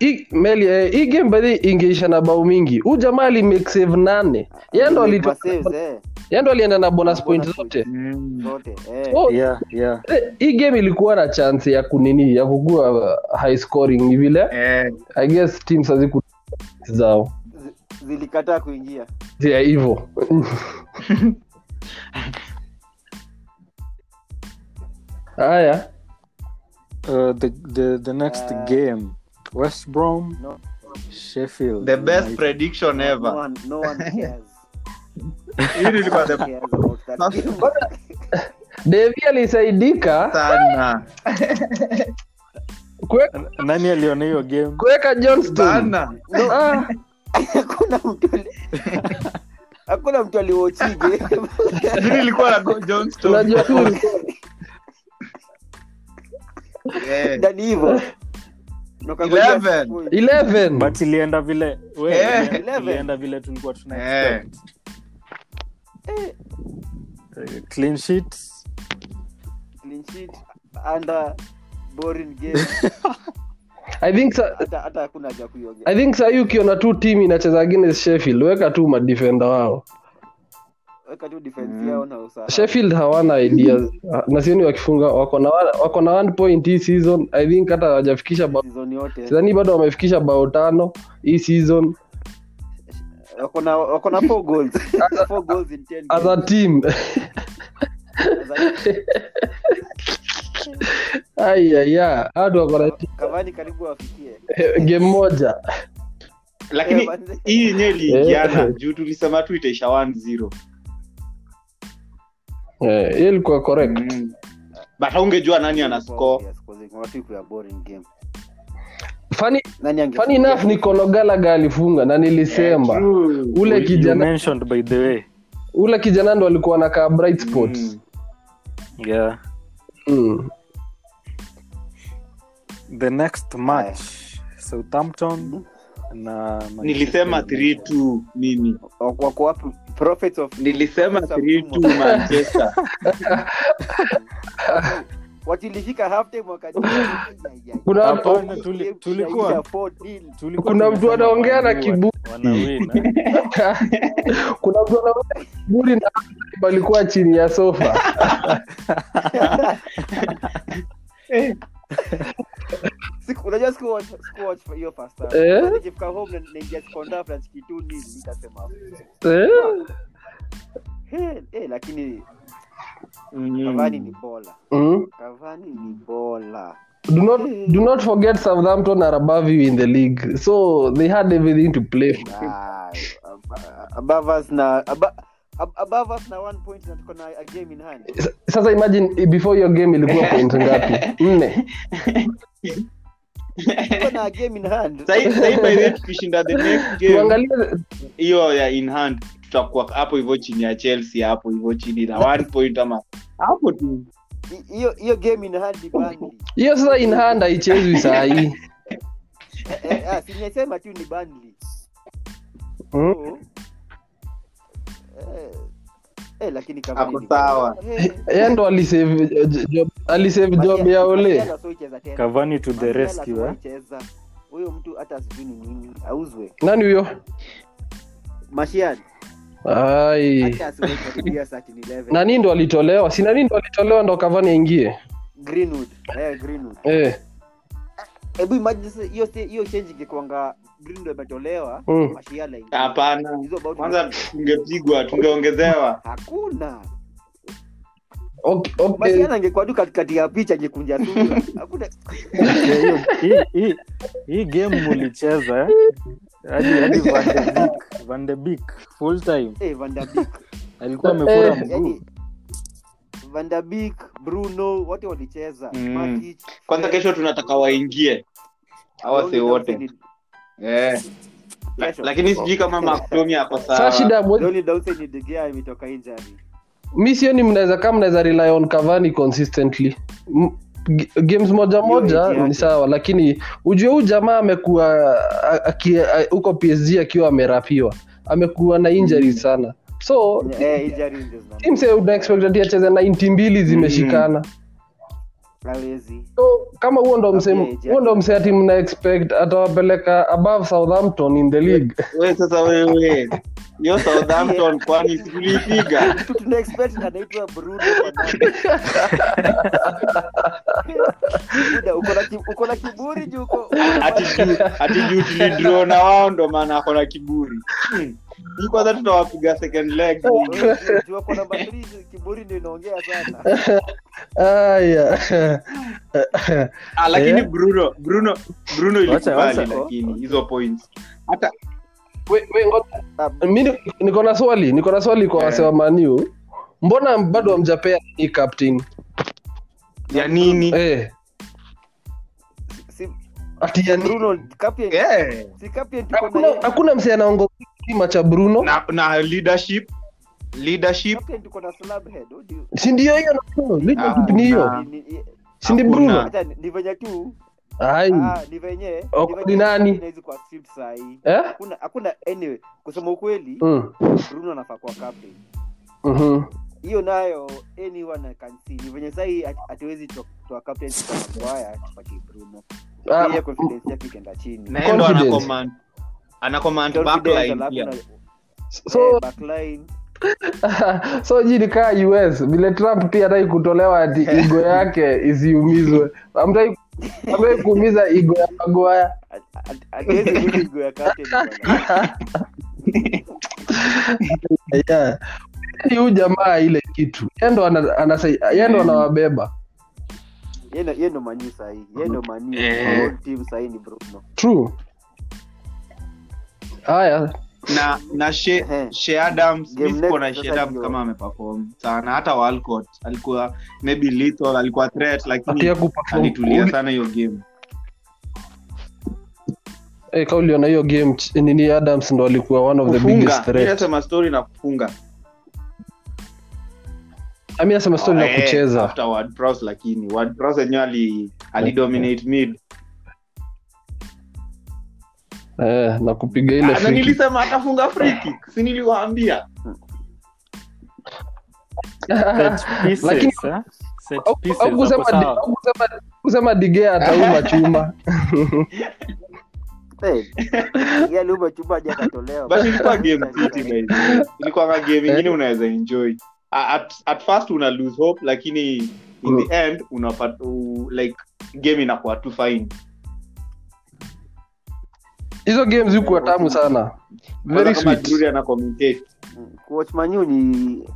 Speaker 1: hii- Melia, eh, hii game by the way ingeisha na bao mingi huu jamaa alimake save nane yeye ndo
Speaker 2: Make
Speaker 1: alitoa-
Speaker 2: saves, eh,
Speaker 1: yeye ndo alienda na bonus point
Speaker 2: Bonus point.
Speaker 1: zote
Speaker 4: mm.
Speaker 2: zote, eh.
Speaker 1: Oh,
Speaker 3: yeah yeah
Speaker 1: eh, hii game ilikuwa na chance ya kunini ya kukua uh, high scoring ni vile
Speaker 4: eh.
Speaker 1: i guess teams haziku zao
Speaker 2: Zi- zilikataa kuingia
Speaker 1: ya hivyo haya
Speaker 3: uh, the, the, the next
Speaker 2: Uh,
Speaker 3: game west brom
Speaker 2: No.
Speaker 3: sheffield
Speaker 4: the best
Speaker 3: United.
Speaker 4: prediction
Speaker 2: No
Speaker 4: ever
Speaker 2: one- no one cares.
Speaker 4: hii ilikuwa the
Speaker 2: Cares about that
Speaker 4: Sasa-
Speaker 2: game.
Speaker 1: devi alisaidika
Speaker 4: sana
Speaker 1: Kue-
Speaker 3: nani aliona hiyo game
Speaker 1: kuweka johnston
Speaker 4: Bana.
Speaker 1: Ah,
Speaker 2: hakuna mtu ali- hakuna mtu aliwochige
Speaker 4: Jini ilikuwa na Go Johnston.
Speaker 1: unajua tu ulikuwa-
Speaker 4: Eh.
Speaker 2: ndani hivo
Speaker 4: 11.
Speaker 1: 11
Speaker 3: but ilienda vile we,
Speaker 4: Hmm. Eh.
Speaker 3: ilienda- ilienda vile tulikuwa tuna
Speaker 4: Eh.
Speaker 3: expect. Eh, clean sheet
Speaker 1: i think sa-
Speaker 2: hata hakuna haja kuiongea
Speaker 1: i think sahii ukiona tu timu inacheza against sheffield weka tu madefenda wao
Speaker 2: weka tu defense yao na usahau.
Speaker 1: Mm. sheffield hawana idea na sioni wakifunga wako na wa- wako na one point hii season i think hata hawajafikisha bao
Speaker 2: Season yote
Speaker 1: sidhani bado wamefikisha bao tano hii season
Speaker 2: wako na wako na four goals four goals in 10
Speaker 1: as
Speaker 2: games.
Speaker 1: a team
Speaker 2: As a-
Speaker 1: aiyaya hatu wako na
Speaker 2: Cavani karibu afikie
Speaker 1: game moja
Speaker 4: lakini
Speaker 2: Eh, manze.
Speaker 4: hii yenyewe iliingiana
Speaker 1: Eh.
Speaker 4: juu tulisema tu itaisha 1-0
Speaker 1: Eh, hiyo ilikuwa correct
Speaker 4: Mm. but haungejua nani ana score
Speaker 2: Yes, scoring. Watu ikuwa boring game.
Speaker 1: funny,
Speaker 2: Nani ange-
Speaker 1: funny enough ni konogalaga alifunga na nilisema
Speaker 4: True.
Speaker 1: ule
Speaker 3: you
Speaker 1: kijana
Speaker 3: mentioned by the way
Speaker 1: ule kijana ndo alikuwa na kaa bright spots
Speaker 4: Mm.
Speaker 3: Hmm. yeah
Speaker 1: mm.
Speaker 3: the next match southampton na
Speaker 4: nilisema
Speaker 3: Manchester
Speaker 4: 3-2 mimi
Speaker 2: wako- wako wapi? Prophets of-
Speaker 4: nilisema
Speaker 2: Prophets of
Speaker 4: 3-2
Speaker 2: Doom.
Speaker 4: manchester
Speaker 2: Watu ilifika half time wakajua, "Ai, ai, ai."
Speaker 1: kuna
Speaker 3: Hapo-
Speaker 1: watu-
Speaker 3: Hapana, tuli-
Speaker 2: Game
Speaker 3: tulikuwa-
Speaker 2: inaisha 4-0.
Speaker 3: Tulikuwa
Speaker 1: Kuna
Speaker 3: tumesema
Speaker 1: mtu anaongea na
Speaker 3: wana-
Speaker 1: kiburi.
Speaker 3: wanawin, eh?
Speaker 1: kuna mtu anaona buri na alikuwa chini ya sofa
Speaker 2: Siku- unajua siku watch- siku watch hiyo first half.
Speaker 1: Eh?
Speaker 2: Sasa nikifika home na- naingia second half na chiki 2-0, nikasema,
Speaker 1: eh?
Speaker 2: "Hey, eh, lakini Cavani ni
Speaker 4: Mm.
Speaker 2: bola
Speaker 1: mm.
Speaker 2: Cavani ni bola
Speaker 1: do not do not forget southampton are above you in the league so they had everything to play for.
Speaker 2: Ah, ab- above us na aba- ab- above us na one point na tuko na a game in hand
Speaker 1: sasa imagine eh, before your game ilikuwa point ngapi nne
Speaker 2: tuko na a game in hand
Speaker 4: Sahi- sahi by the way, tukishinda the next game
Speaker 1: tuangalie
Speaker 4: hiyo ya in hand tutakuwa hapo hivyo chini ya chelsea hapo hivyo chini na one point ama hapo tu
Speaker 2: Hi- hiyo hiyo game in hand ni Burnley.
Speaker 1: hiyo sasa in hand haichezwi sahii
Speaker 2: Eh, eh, ah, si nimesema tu ni Burnley.
Speaker 1: Mm.
Speaker 2: So, eh, eh, lakini Cavani
Speaker 4: Ako
Speaker 2: ni
Speaker 4: sawa.
Speaker 2: bola. Eh,
Speaker 1: yeye ndo alisave eh, j- job- alisave job ya ole
Speaker 2: Martial asoi cheza tena.
Speaker 3: cavani to the
Speaker 2: Martial
Speaker 3: rescue eh?
Speaker 2: asoi cheza. huyo mtu hata sijui ni nini auzwe
Speaker 1: nani huyo
Speaker 2: mashian
Speaker 1: ai
Speaker 2: hata asiwe karibia saa 11.
Speaker 1: nani ndo alitolewa si nani ndo alitolewa ndo kavani aingie
Speaker 2: greenwood eh, greenwood
Speaker 1: eh.
Speaker 2: hebu imagine sasa hiyo sta- hiyo change ingekwanga greenwood ametolewa
Speaker 1: Mm.
Speaker 3: Hmm.
Speaker 2: mashiala ingie.
Speaker 4: hapana
Speaker 2: Hizo bao
Speaker 4: Ah, kwanza tungepigwa tungeongezewa
Speaker 2: hakuna
Speaker 1: Okay,
Speaker 3: Eh.
Speaker 1: okay.
Speaker 2: mashiala angekuwa tu katikati ya picha angekunja sura hakuna
Speaker 3: Yeah, hiyo- hii- hii- hii game mulicheza eh? hadi hadi Van de Beek- van de Beek, full time
Speaker 2: eh, van der Beek
Speaker 3: alikuwa
Speaker 1: Eh.
Speaker 3: amekula mguu
Speaker 2: yani van der Beek, bruno wote walicheza
Speaker 4: Mm.
Speaker 2: Matic,
Speaker 4: kwanza kesho tunataka waingie awase
Speaker 2: Leonid
Speaker 4: wote
Speaker 2: Dawson
Speaker 4: Eh. La-
Speaker 2: Kesho.
Speaker 4: lakini sijui kama maktomi ako
Speaker 1: saa
Speaker 4: sawa
Speaker 1: shida
Speaker 2: ni-
Speaker 1: mwe-
Speaker 2: Leonid Dawson ni De Gea ametoka injury
Speaker 1: mi sioni mnaweza kaa mnaweza rely on cavani consistently M- g- games moja
Speaker 2: Hiyo
Speaker 1: moja
Speaker 2: idea.
Speaker 1: ni sawa lakini ujue huu jamaa amekuwa a- aki- a- huko psg akiwa amerapiwa amekuwa na injury
Speaker 2: Mm-hmm.
Speaker 1: sana so
Speaker 2: eh injury ndio zina-
Speaker 1: teams ya unaexpect ati acheze 90
Speaker 2: Mm-hmm.
Speaker 1: mbili zimeshikana
Speaker 2: hawezi
Speaker 1: so kama huo ndo mse
Speaker 2: Okay, yeah.
Speaker 1: huo ndo mse ati mna expect atawapeleka above southampton in the league
Speaker 4: we sasa wewe hiyo southampton kwani sikulipiga
Speaker 2: mtu tuna expect anaitwa Bruno Fernandes. Buda, uko na ki- uko na kiburi juu uko
Speaker 4: ati juu- ati juu tulidro na wao ndo maana ako na kiburi Hmm. hii kwanza tutawapiga second leg
Speaker 2: Oh. juu uko namba 3 kiburi ndio inaongea sana
Speaker 1: aya
Speaker 4: ah, lakini
Speaker 1: Eh.
Speaker 4: bruno bruno bruno
Speaker 3: Wacha- wacha.
Speaker 4: ilikubali lakini hizo points hata
Speaker 1: we, we, ngo-
Speaker 2: Ah,
Speaker 1: mi ni- niko na swali niko na swali kwa
Speaker 4: Eh.
Speaker 1: wase wa maniu mbona bado hamjapea ni captain
Speaker 4: ya nini
Speaker 1: eh,
Speaker 2: si
Speaker 1: ati yani
Speaker 2: bruno Capian-
Speaker 4: yeah.
Speaker 2: si Capian tuko na
Speaker 1: hakuna,
Speaker 2: yeye.
Speaker 1: hakuna msee anaongoza kima cha bruno
Speaker 4: na, na leadership leadership
Speaker 2: Capian tuko na slab head, what do you-
Speaker 1: si ndio hiyo na-
Speaker 4: Ah,
Speaker 1: ni hiyo
Speaker 4: na-
Speaker 2: ni- ni- ni-
Speaker 1: si ndi
Speaker 4: hakuna.
Speaker 1: bruno
Speaker 2: hata ni- ni venye tu
Speaker 1: ai
Speaker 2: ah, ni venye
Speaker 1: Oh,
Speaker 2: ni venye
Speaker 1: ni nani?
Speaker 2: tunaweza kuwa accept sahi.
Speaker 1: eh
Speaker 2: Hakuna- hakuna anyway kusema ukweli
Speaker 1: mm.
Speaker 2: bruno anafaa kuwa captain
Speaker 1: mhm.
Speaker 2: hiyo nayo anyone can see ni venye sahi ati- atiwezi to- toa captain tukaaya tupati bruno
Speaker 1: Ah,
Speaker 2: pia confidence yake ikaenda chini
Speaker 4: na yeye ndo ana
Speaker 1: Confidence.
Speaker 4: command ana command
Speaker 2: Confidence,
Speaker 4: backline
Speaker 2: alafu
Speaker 4: pia
Speaker 2: na-
Speaker 1: so
Speaker 2: eh, backline
Speaker 4: Eh.
Speaker 1: so ji ni kaa us vile trump pia atai kutolewa ati
Speaker 4: Eh.
Speaker 1: igo yake isiumizwe amtai kuumiza igo ya magoya yeah. huu jamaa ile kitu Yeye ndo ana- anasa- yeye ndo anawabeba
Speaker 2: yendo manu sahii yendo manu
Speaker 4: Eh.
Speaker 2: team sahii ni bruno
Speaker 1: true haya
Speaker 4: na na she,
Speaker 2: Ehe.
Speaker 4: she adams
Speaker 2: Eh. Game
Speaker 4: mi siko na
Speaker 2: next,
Speaker 4: she
Speaker 2: sasa
Speaker 4: adams
Speaker 2: ndio.
Speaker 4: kama ameperform sana hata walcott alikuwa maybe lethal alikuwa threat
Speaker 1: ati ya
Speaker 4: lakini
Speaker 1: kuperform
Speaker 4: alitulia sana hiyo game
Speaker 1: Eh, ka uliona hiyo game ch- nini adams ndo alikuwa one of the biggest
Speaker 4: kufunga Mimi
Speaker 1: threat
Speaker 4: nasema story na kufunga
Speaker 1: ami asema story na
Speaker 4: Eh,
Speaker 1: kucheza
Speaker 4: after wordpress lakini wordpress yenyewe ali alidominate mid
Speaker 1: eh, na kupiga ile
Speaker 4: Ah, na
Speaker 1: free kick.
Speaker 4: nilisema atafunga free kick si niliwaambia
Speaker 3: Set pieces,
Speaker 1: Lakini-
Speaker 3: eh? Set
Speaker 1: Au-
Speaker 3: pieces,
Speaker 1: au
Speaker 3: wako
Speaker 1: kusema di-
Speaker 3: sawa.
Speaker 1: au kusema- kusema dige atauma chuma
Speaker 2: yaliuma chumba jakatolewa
Speaker 4: but ilikuwa game fiti guys ilikuwa kama
Speaker 1: Eh?
Speaker 4: game ingine unaweza enjoy Ah, at, at first una lose hope lakini in the end unapata u- like game inakuwa tu fine
Speaker 1: hizo games zikuwa tamu sana very
Speaker 4: Kwanza kama
Speaker 1: sweet
Speaker 4: Drury ana commentate
Speaker 2: kuwatch manu ni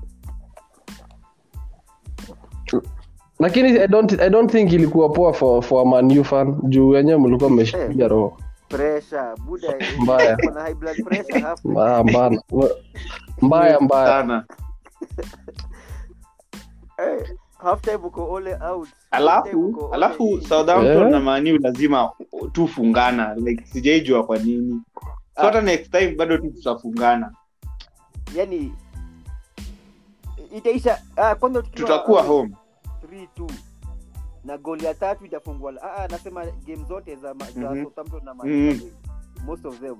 Speaker 1: lakini I don't, i don't think ilikuwa poa for, for a Man U fan juu wenyewe mlikuwa mmeshikilia roho
Speaker 2: pressure buda
Speaker 1: Mbaya.
Speaker 2: yuko na high blood pressure hapo
Speaker 1: mbaya mbana. mbaya mbaya
Speaker 4: sana
Speaker 2: Eh, half time uko ole out Half time uko
Speaker 4: alafu
Speaker 2: ole
Speaker 4: alafu
Speaker 2: in.
Speaker 4: southampton
Speaker 1: Eh.
Speaker 4: na maniu lazima tufungana like sijaijua kwa nini so hata next time bado tu tutafungana
Speaker 2: yani Yaani, itaisha ah, kwanza tukiwa-
Speaker 4: tutakuwa home
Speaker 2: 3-2 na goli ya tatu itafungwa la- ah, ah, nasema game zote za, ma- za
Speaker 4: Mhm.
Speaker 2: Southampton na Man
Speaker 4: Mhm.
Speaker 2: United, most of them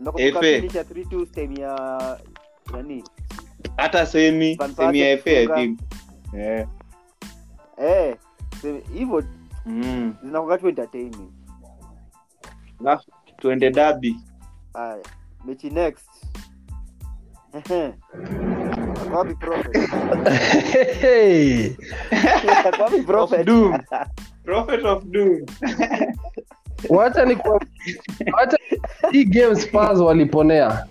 Speaker 2: Unako-
Speaker 4: Efe.
Speaker 2: tukakamilisha 3-2 stem ya nani
Speaker 4: hata semi
Speaker 2: Van Persie
Speaker 4: semi ya FA, I
Speaker 2: kufunga.
Speaker 4: think. Eh.
Speaker 2: eh stem- hivyo
Speaker 4: Mm.
Speaker 2: zinakuwa tu entertaining
Speaker 4: Alafu, tuende dabi
Speaker 2: haya mechi next Ehe. Akawapi prophet
Speaker 1: Hey!
Speaker 2: Akawapi
Speaker 4: of
Speaker 2: prophet
Speaker 4: doom prophet of doom
Speaker 1: wacha ni kwa wacha hii game Spurs waliponea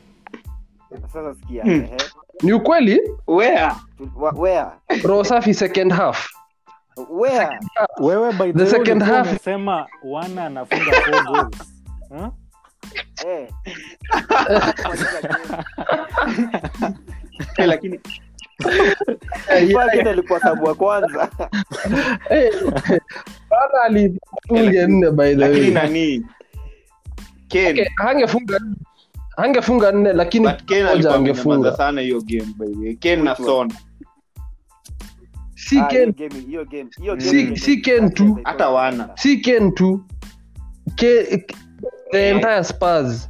Speaker 2: sasa sikia
Speaker 4: Mm.
Speaker 2: ehe.
Speaker 1: ni ukweli
Speaker 4: where
Speaker 2: Tu- wa- where
Speaker 1: roho safi second half
Speaker 2: where
Speaker 3: wewe by
Speaker 1: The
Speaker 3: the way,
Speaker 1: second
Speaker 3: ulikuwa
Speaker 1: half.
Speaker 3: umesema wana anafunga four goals. Huh?
Speaker 2: eh
Speaker 4: Eh, lakini
Speaker 1: Eh, yeah,
Speaker 2: Kwanza alikuwa sabu wa kwanza
Speaker 1: eh. Bana alifunga nne by the
Speaker 4: lakini
Speaker 1: way
Speaker 4: nani
Speaker 1: Okay,
Speaker 4: ken
Speaker 1: hangefunga hangefunga nne lakini
Speaker 4: but ken
Speaker 1: moja
Speaker 4: alikuwa amenyamaza
Speaker 1: angefunga
Speaker 4: sana hiyo game by the way ken na
Speaker 2: Which one?
Speaker 4: son
Speaker 1: si
Speaker 2: Ah,
Speaker 1: Ken
Speaker 2: hiyo game- hiyo game- hiyo
Speaker 4: Mm.
Speaker 2: game
Speaker 4: Si-
Speaker 2: ndio
Speaker 1: si
Speaker 2: ilikuwa Ah,
Speaker 1: Ken tu.
Speaker 4: Hata wana.
Speaker 1: si ken tu ke, the entire spurs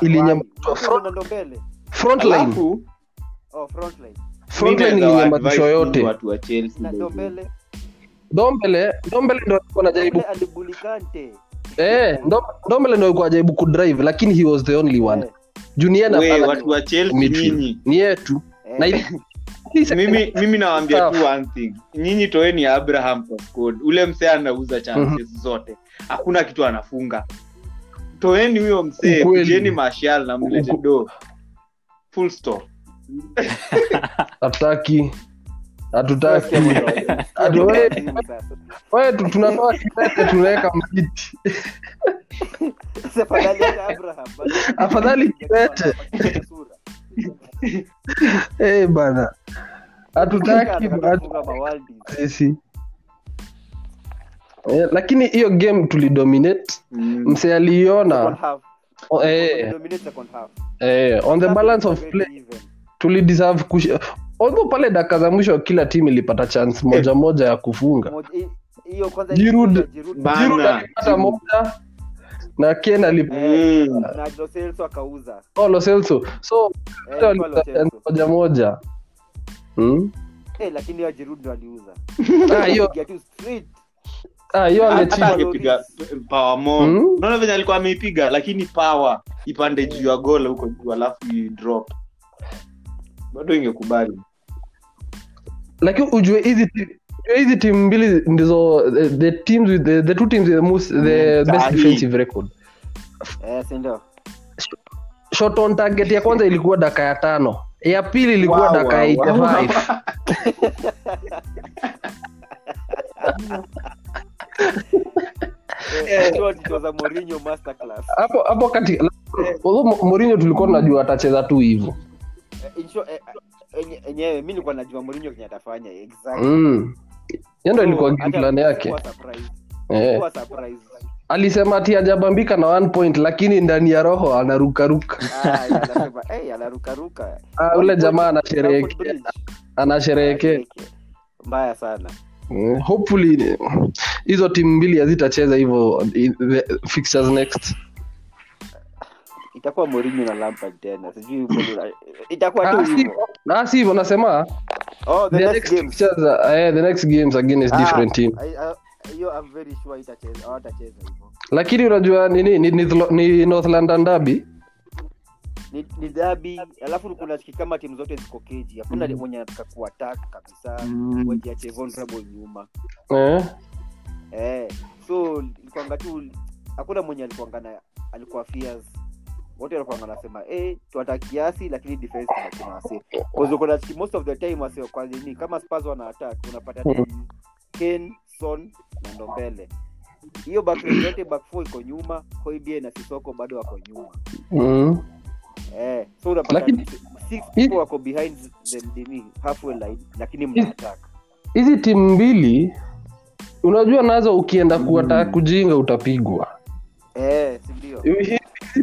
Speaker 1: ilinyamatishwa
Speaker 2: Watu
Speaker 1: front,
Speaker 2: ndo mbele.
Speaker 1: frontline
Speaker 4: alafu
Speaker 2: Oh, frontline.
Speaker 1: frontline
Speaker 4: mi naweza wa-
Speaker 1: ilinyamatishwa
Speaker 4: advise
Speaker 1: yote
Speaker 4: watu wa Chelsea
Speaker 2: Na
Speaker 4: by
Speaker 2: ndo
Speaker 4: the way.
Speaker 2: mbele.
Speaker 1: dombele dombele ndo alikuwa anajaribu
Speaker 2: Mbele alibulikante.
Speaker 1: eh Ndom- dombele ndo alikuwa anajaribu kudrive lakini he was the only one
Speaker 2: Eh,
Speaker 1: junior na
Speaker 4: We,
Speaker 1: pala-
Speaker 4: watu wa Chelsea
Speaker 1: midfield.
Speaker 4: nyinyi
Speaker 1: ni yetu
Speaker 2: eh.
Speaker 1: na ili- hii second-
Speaker 4: mimi mimi nawambia
Speaker 1: Sawa.
Speaker 4: tu one thing nyinyi toeni abraham kwa squad. ule msee anauza chances zote hakuna kitu anafunga toeni huyo msee
Speaker 1: Ukweli.
Speaker 4: kujeni mashal na mlete
Speaker 1: Uku-
Speaker 4: do full stop
Speaker 1: hatutaki hatutaki
Speaker 2: Sasa mtu wa-
Speaker 1: Ado-
Speaker 2: mtu wa
Speaker 1: eh.
Speaker 2: timu sasa.
Speaker 1: we tu- tunatoa kitete tunaweka mkiti
Speaker 2: Sasa afadhali hata Abraham, bado-
Speaker 1: Afadhali Kikwete.
Speaker 2: Sura.
Speaker 1: Eh, bana hatutaki
Speaker 2: Anataka
Speaker 1: bana.
Speaker 2: kufunga mawaldi.
Speaker 1: sisi Eh, lakini hiyo game tulidominate
Speaker 4: Mm.
Speaker 1: mse aliiona
Speaker 2: Second half.
Speaker 1: O- eh,
Speaker 2: Dominate second half.
Speaker 1: eh, on the balance of play tulideserve kush- although pale dakika za mwisho kila timu ilipata chance
Speaker 4: Eh.
Speaker 1: moja moja ya kufunga
Speaker 2: Moja- hi- hiyo kwanza
Speaker 1: Giroud.
Speaker 2: ilikuwa Giroud
Speaker 4: Ba-
Speaker 1: Giroud
Speaker 4: Bana.
Speaker 1: alipata moja na ken alipata
Speaker 4: Mm.
Speaker 2: na Lo Celso akauza
Speaker 1: Lo Celso. so
Speaker 2: Eh,
Speaker 1: wote
Speaker 2: ilikuwa Lo
Speaker 1: walipata chance
Speaker 2: Eh, Celso.
Speaker 1: moja moja Hmm?
Speaker 2: Eh, lakini hiyo Giroud ndo aliuza
Speaker 1: Ah, hiyo
Speaker 2: Get you straight.
Speaker 1: ah, hiyo
Speaker 4: hata
Speaker 1: angechi-
Speaker 2: Ati-
Speaker 4: angepiga eh, power more
Speaker 1: Mm.
Speaker 4: unaona venye alikuwa ameipiga lakini power ipande juu ya goal huko juu alafu drop bado ingekubali
Speaker 1: lakini ujue hizi ti- ujue hizi timu mbili ndizo the, the teams with the, the two teams with the, most, the
Speaker 4: Mm,
Speaker 1: best
Speaker 4: sahi.
Speaker 1: defensive record
Speaker 2: Eh, si ndio?
Speaker 1: shot on target ya kwanza ilikuwa daka ya tano ya pili ilikuwa
Speaker 4: Wow,
Speaker 1: daka
Speaker 4: wow,
Speaker 1: ya
Speaker 4: wow.
Speaker 1: 85
Speaker 2: Eh, sure it was a Mourinho masterclass.
Speaker 1: hapo hapo kati although Mo- Mourinho tulikuwa tunajua atacheza tu hivyo
Speaker 2: Eh, in short, eh, enye- enyewe mi nilikuwa najua Mourinho kenye atafanya exactly.
Speaker 1: mm. Hiyo ndo
Speaker 2: So,
Speaker 4: Hmm,
Speaker 1: ilikuwa game
Speaker 2: hata
Speaker 1: plan yake
Speaker 2: sikuwa surprised.
Speaker 1: eh.
Speaker 2: Sikuwa surprised.
Speaker 1: alisema ati ajabambika na one point lakini ndani ya roho anarukaruka
Speaker 2: Ah, ya, anasema, eh, anarukaruka.
Speaker 1: Ah, ule jamaa
Speaker 2: Stamford
Speaker 1: anasherehekea
Speaker 2: Bridge.
Speaker 1: anasherehekea
Speaker 2: mbaya sana
Speaker 1: Mm, hopefully hizo timu mbili hazitacheza hivyo i- the fixtures next
Speaker 2: itakuwa Mourinho na Lampard tena sijui Mourinho- itakuwa tu
Speaker 1: Ah, si-
Speaker 2: hivyo
Speaker 1: ah, si hivyo nasema
Speaker 2: oh the
Speaker 1: the
Speaker 2: next
Speaker 1: next
Speaker 2: games
Speaker 1: fixtures are- eh, the next games against
Speaker 2: Ah,
Speaker 1: different team
Speaker 2: I- I- hiyo I'm very sure itacheza hawatacheza hivyo
Speaker 1: lakini unajua nini ni, ni, Thlo- ni north london derby
Speaker 2: ni, ni derby alafu kuna shiki kama timu zote ziko keji hakuna
Speaker 4: Mm.
Speaker 2: mwenye anataka kuattack kabisa
Speaker 4: Mm.
Speaker 2: wajiache vulnerable nyuma
Speaker 1: eh,
Speaker 2: eh so ilikuwanga tu hakuna mwenye alikuwanga na alikuwa fears wote walikuwanga nasema eh tuata kiasi lakini defense tunasema wase kwa kuna most of the time wase kwa nini kama Spurs wana attack unapata
Speaker 1: Mm.
Speaker 2: ni Kane Son na ndo mbele hiyo back line yote back four iko nyuma Hoybier na Sissoko bado wako nyuma
Speaker 1: mm.
Speaker 2: eh so unapata
Speaker 1: Lakini-
Speaker 2: six people wako behind the dini halfway line lakini mna attack
Speaker 1: hizi timu mbili unajua nazo ukienda kuata
Speaker 2: Mm.
Speaker 1: kujinga utapigwa
Speaker 2: eh si ndio
Speaker 1: hizi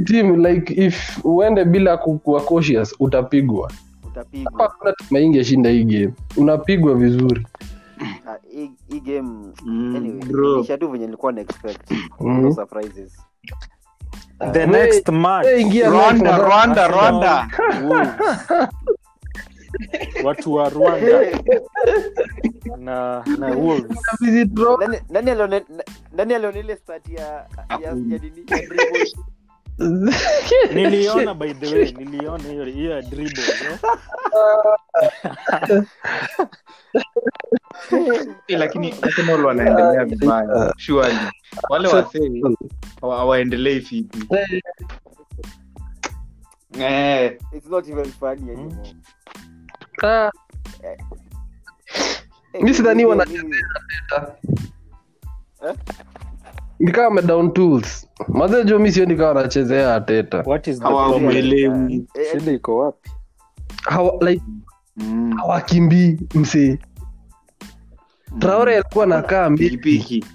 Speaker 1: timu like if uende bila kukuwa cautious utapigwa hapa
Speaker 2: utapigwa
Speaker 1: hakuna timu ingeshinda hii game unapigwa vizuri
Speaker 2: Ah, hii hii game
Speaker 4: Mm, bro.
Speaker 2: anywayisha tu venye nilikuwa na expect
Speaker 1: Mm.
Speaker 2: no surprises
Speaker 3: the
Speaker 1: Wait,
Speaker 3: next match
Speaker 1: Eh, ingia next,
Speaker 4: Rwanda,
Speaker 1: nataka-
Speaker 4: Rwanda, Rwanda.
Speaker 3: Wolves. watu wa rwanda na na Wolves.
Speaker 1: Hizi draw-
Speaker 2: Nani- nani alione- na- nani aliona ile start ya ya ya nini ya dribble?
Speaker 3: niliona by the way niliona hiyo hiyo ya dribble no?
Speaker 4: Eh, lakini Arsenal wanaendelea vibaya surely wale wasee hawa- hawaendelei fiti eh
Speaker 2: it's not even funny anymore
Speaker 1: Ah,
Speaker 2: Eh,
Speaker 1: Mi sidhani
Speaker 2: mimi-
Speaker 1: wana-
Speaker 2: mimi-
Speaker 1: ni kama ame down tools mazee jo mi sioni kama anachezea ateta
Speaker 3: what is the problem
Speaker 4: hawamwelewi
Speaker 2: eh, eh,
Speaker 3: shida iko wapi
Speaker 1: Hawa- like,
Speaker 4: Mm,
Speaker 1: hawakimbii msee traore alikuwa nakaa mbili
Speaker 4: pikipiki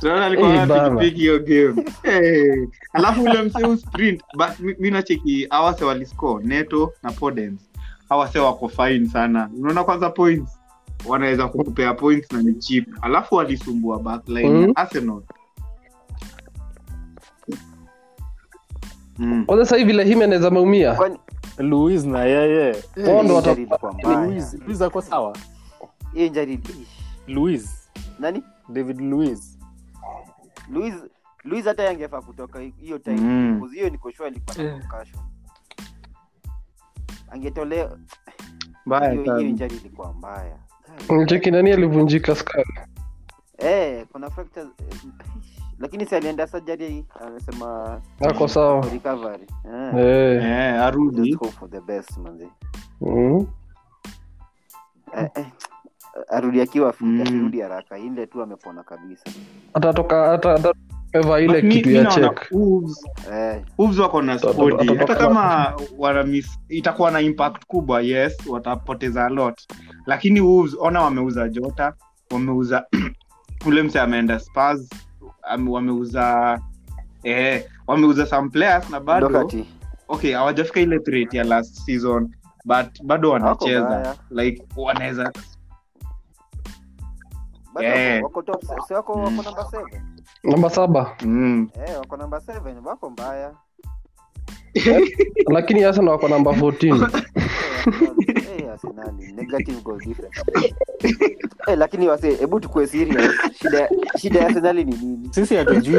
Speaker 4: tunaona alikuwa
Speaker 1: Eh,
Speaker 4: na
Speaker 1: bana.
Speaker 4: pikipiki hiyo game Eh, alafu ule mseu sprint but mi mi nacheki awase walisco neto na podens awase wako fine sana unaona kwanza points wanaweza kukupea points na ni chip alafu walisumbua backline ya
Speaker 1: Mm.
Speaker 4: arsenal Mm.
Speaker 1: kwanza sahii vile himenez ameumia
Speaker 2: kwani-
Speaker 3: louis na yeye
Speaker 2: eh,
Speaker 1: Wao ndo
Speaker 2: injury
Speaker 1: wata-
Speaker 2: ilikuwa mbaya.
Speaker 3: louis louis ako sawa
Speaker 2: Hii injury ish.
Speaker 3: louis
Speaker 2: nani
Speaker 3: david louis
Speaker 2: Luis Luis hata yangefaa kutoka hi- hiyo time
Speaker 4: Mm.
Speaker 2: because hiyo niko sure alikuwa na
Speaker 3: Eh.
Speaker 2: concussion angetolea
Speaker 4: Mbaya
Speaker 2: hiyo hiyo
Speaker 4: sana.
Speaker 2: injury ilikuwa mbaya
Speaker 1: cheki nani alivunjika skani
Speaker 2: eh kuna fractures eh, lakini si alienda surgery eh, amesema
Speaker 1: ako sawa
Speaker 2: Oh, recovery eh
Speaker 1: Eh,
Speaker 4: Eh, arudi
Speaker 2: just hope for the best manzi
Speaker 1: mm.
Speaker 2: eh, eh. arudi akiwa fit
Speaker 4: Mm.
Speaker 2: asirudi haraka ile tu amepona kabisa
Speaker 1: atatoka ata- atateva ile
Speaker 4: But mi-
Speaker 1: kitu
Speaker 4: mi
Speaker 1: ya
Speaker 4: naona
Speaker 1: chek
Speaker 4: Wolves-
Speaker 2: eh
Speaker 4: Wolves wako na
Speaker 1: Toto-
Speaker 4: skodi
Speaker 1: Toto-
Speaker 4: hata
Speaker 1: Toto-
Speaker 4: kama wana miss, itakuwa na impact kubwa yes watapoteza a lot lakini Wolves, ona wameuza jota wameuza ule mse ameenda spars wameuza eh, wameuza some players na bado
Speaker 2: Dokati.
Speaker 4: okay hawajafika ile threat ya last season but bado
Speaker 2: Hawako
Speaker 4: wanacheza
Speaker 2: mbaya.
Speaker 4: like wanaweza
Speaker 2: Bado
Speaker 4: Eh.
Speaker 2: wako top se- si wako- wako number seven?
Speaker 1: namba saba
Speaker 4: mm.
Speaker 2: Eh, wako number seven, wako mbaya
Speaker 1: lakini arsenal wako namba 14
Speaker 2: Eh, Arsenal- eh, Arsenal, negative goal difference. Eh, lakini wase hebu tukue serious shida shida ya senali ni nini
Speaker 3: sisi hatujui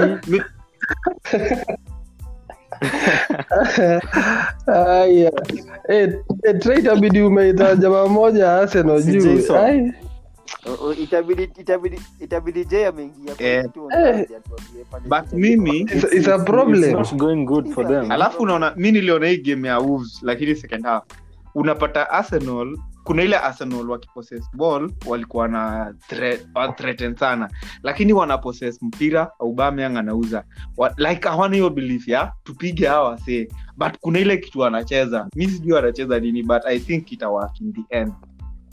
Speaker 1: Aya. Eh, eh, Trent abidi umeita jamaa moja arsenal
Speaker 3: Si
Speaker 1: juu
Speaker 3: Jason.
Speaker 1: Ai.
Speaker 2: O- o- itabidi itabidi itabidi je ameingia kwa
Speaker 4: Eh.
Speaker 2: kitu
Speaker 1: Eh.
Speaker 2: ambaye atuambie pale
Speaker 4: but
Speaker 2: kitu.
Speaker 4: mimi
Speaker 1: It's- it's a problem.
Speaker 3: It's not going good for them.
Speaker 4: alafu unaona mi niliona hii game ya wolves lakini second half unapata arsenal kuna ile arsenal wakipossess ball walikuwa na thre- wa- threaten sana lakini wanapossess mpira aubameyang anauza Wa- like hawana hiyo belief ya tupige hawa wasee but kuna ile kitu wanacheza mi sijui wanacheza nini but i think itawak in the end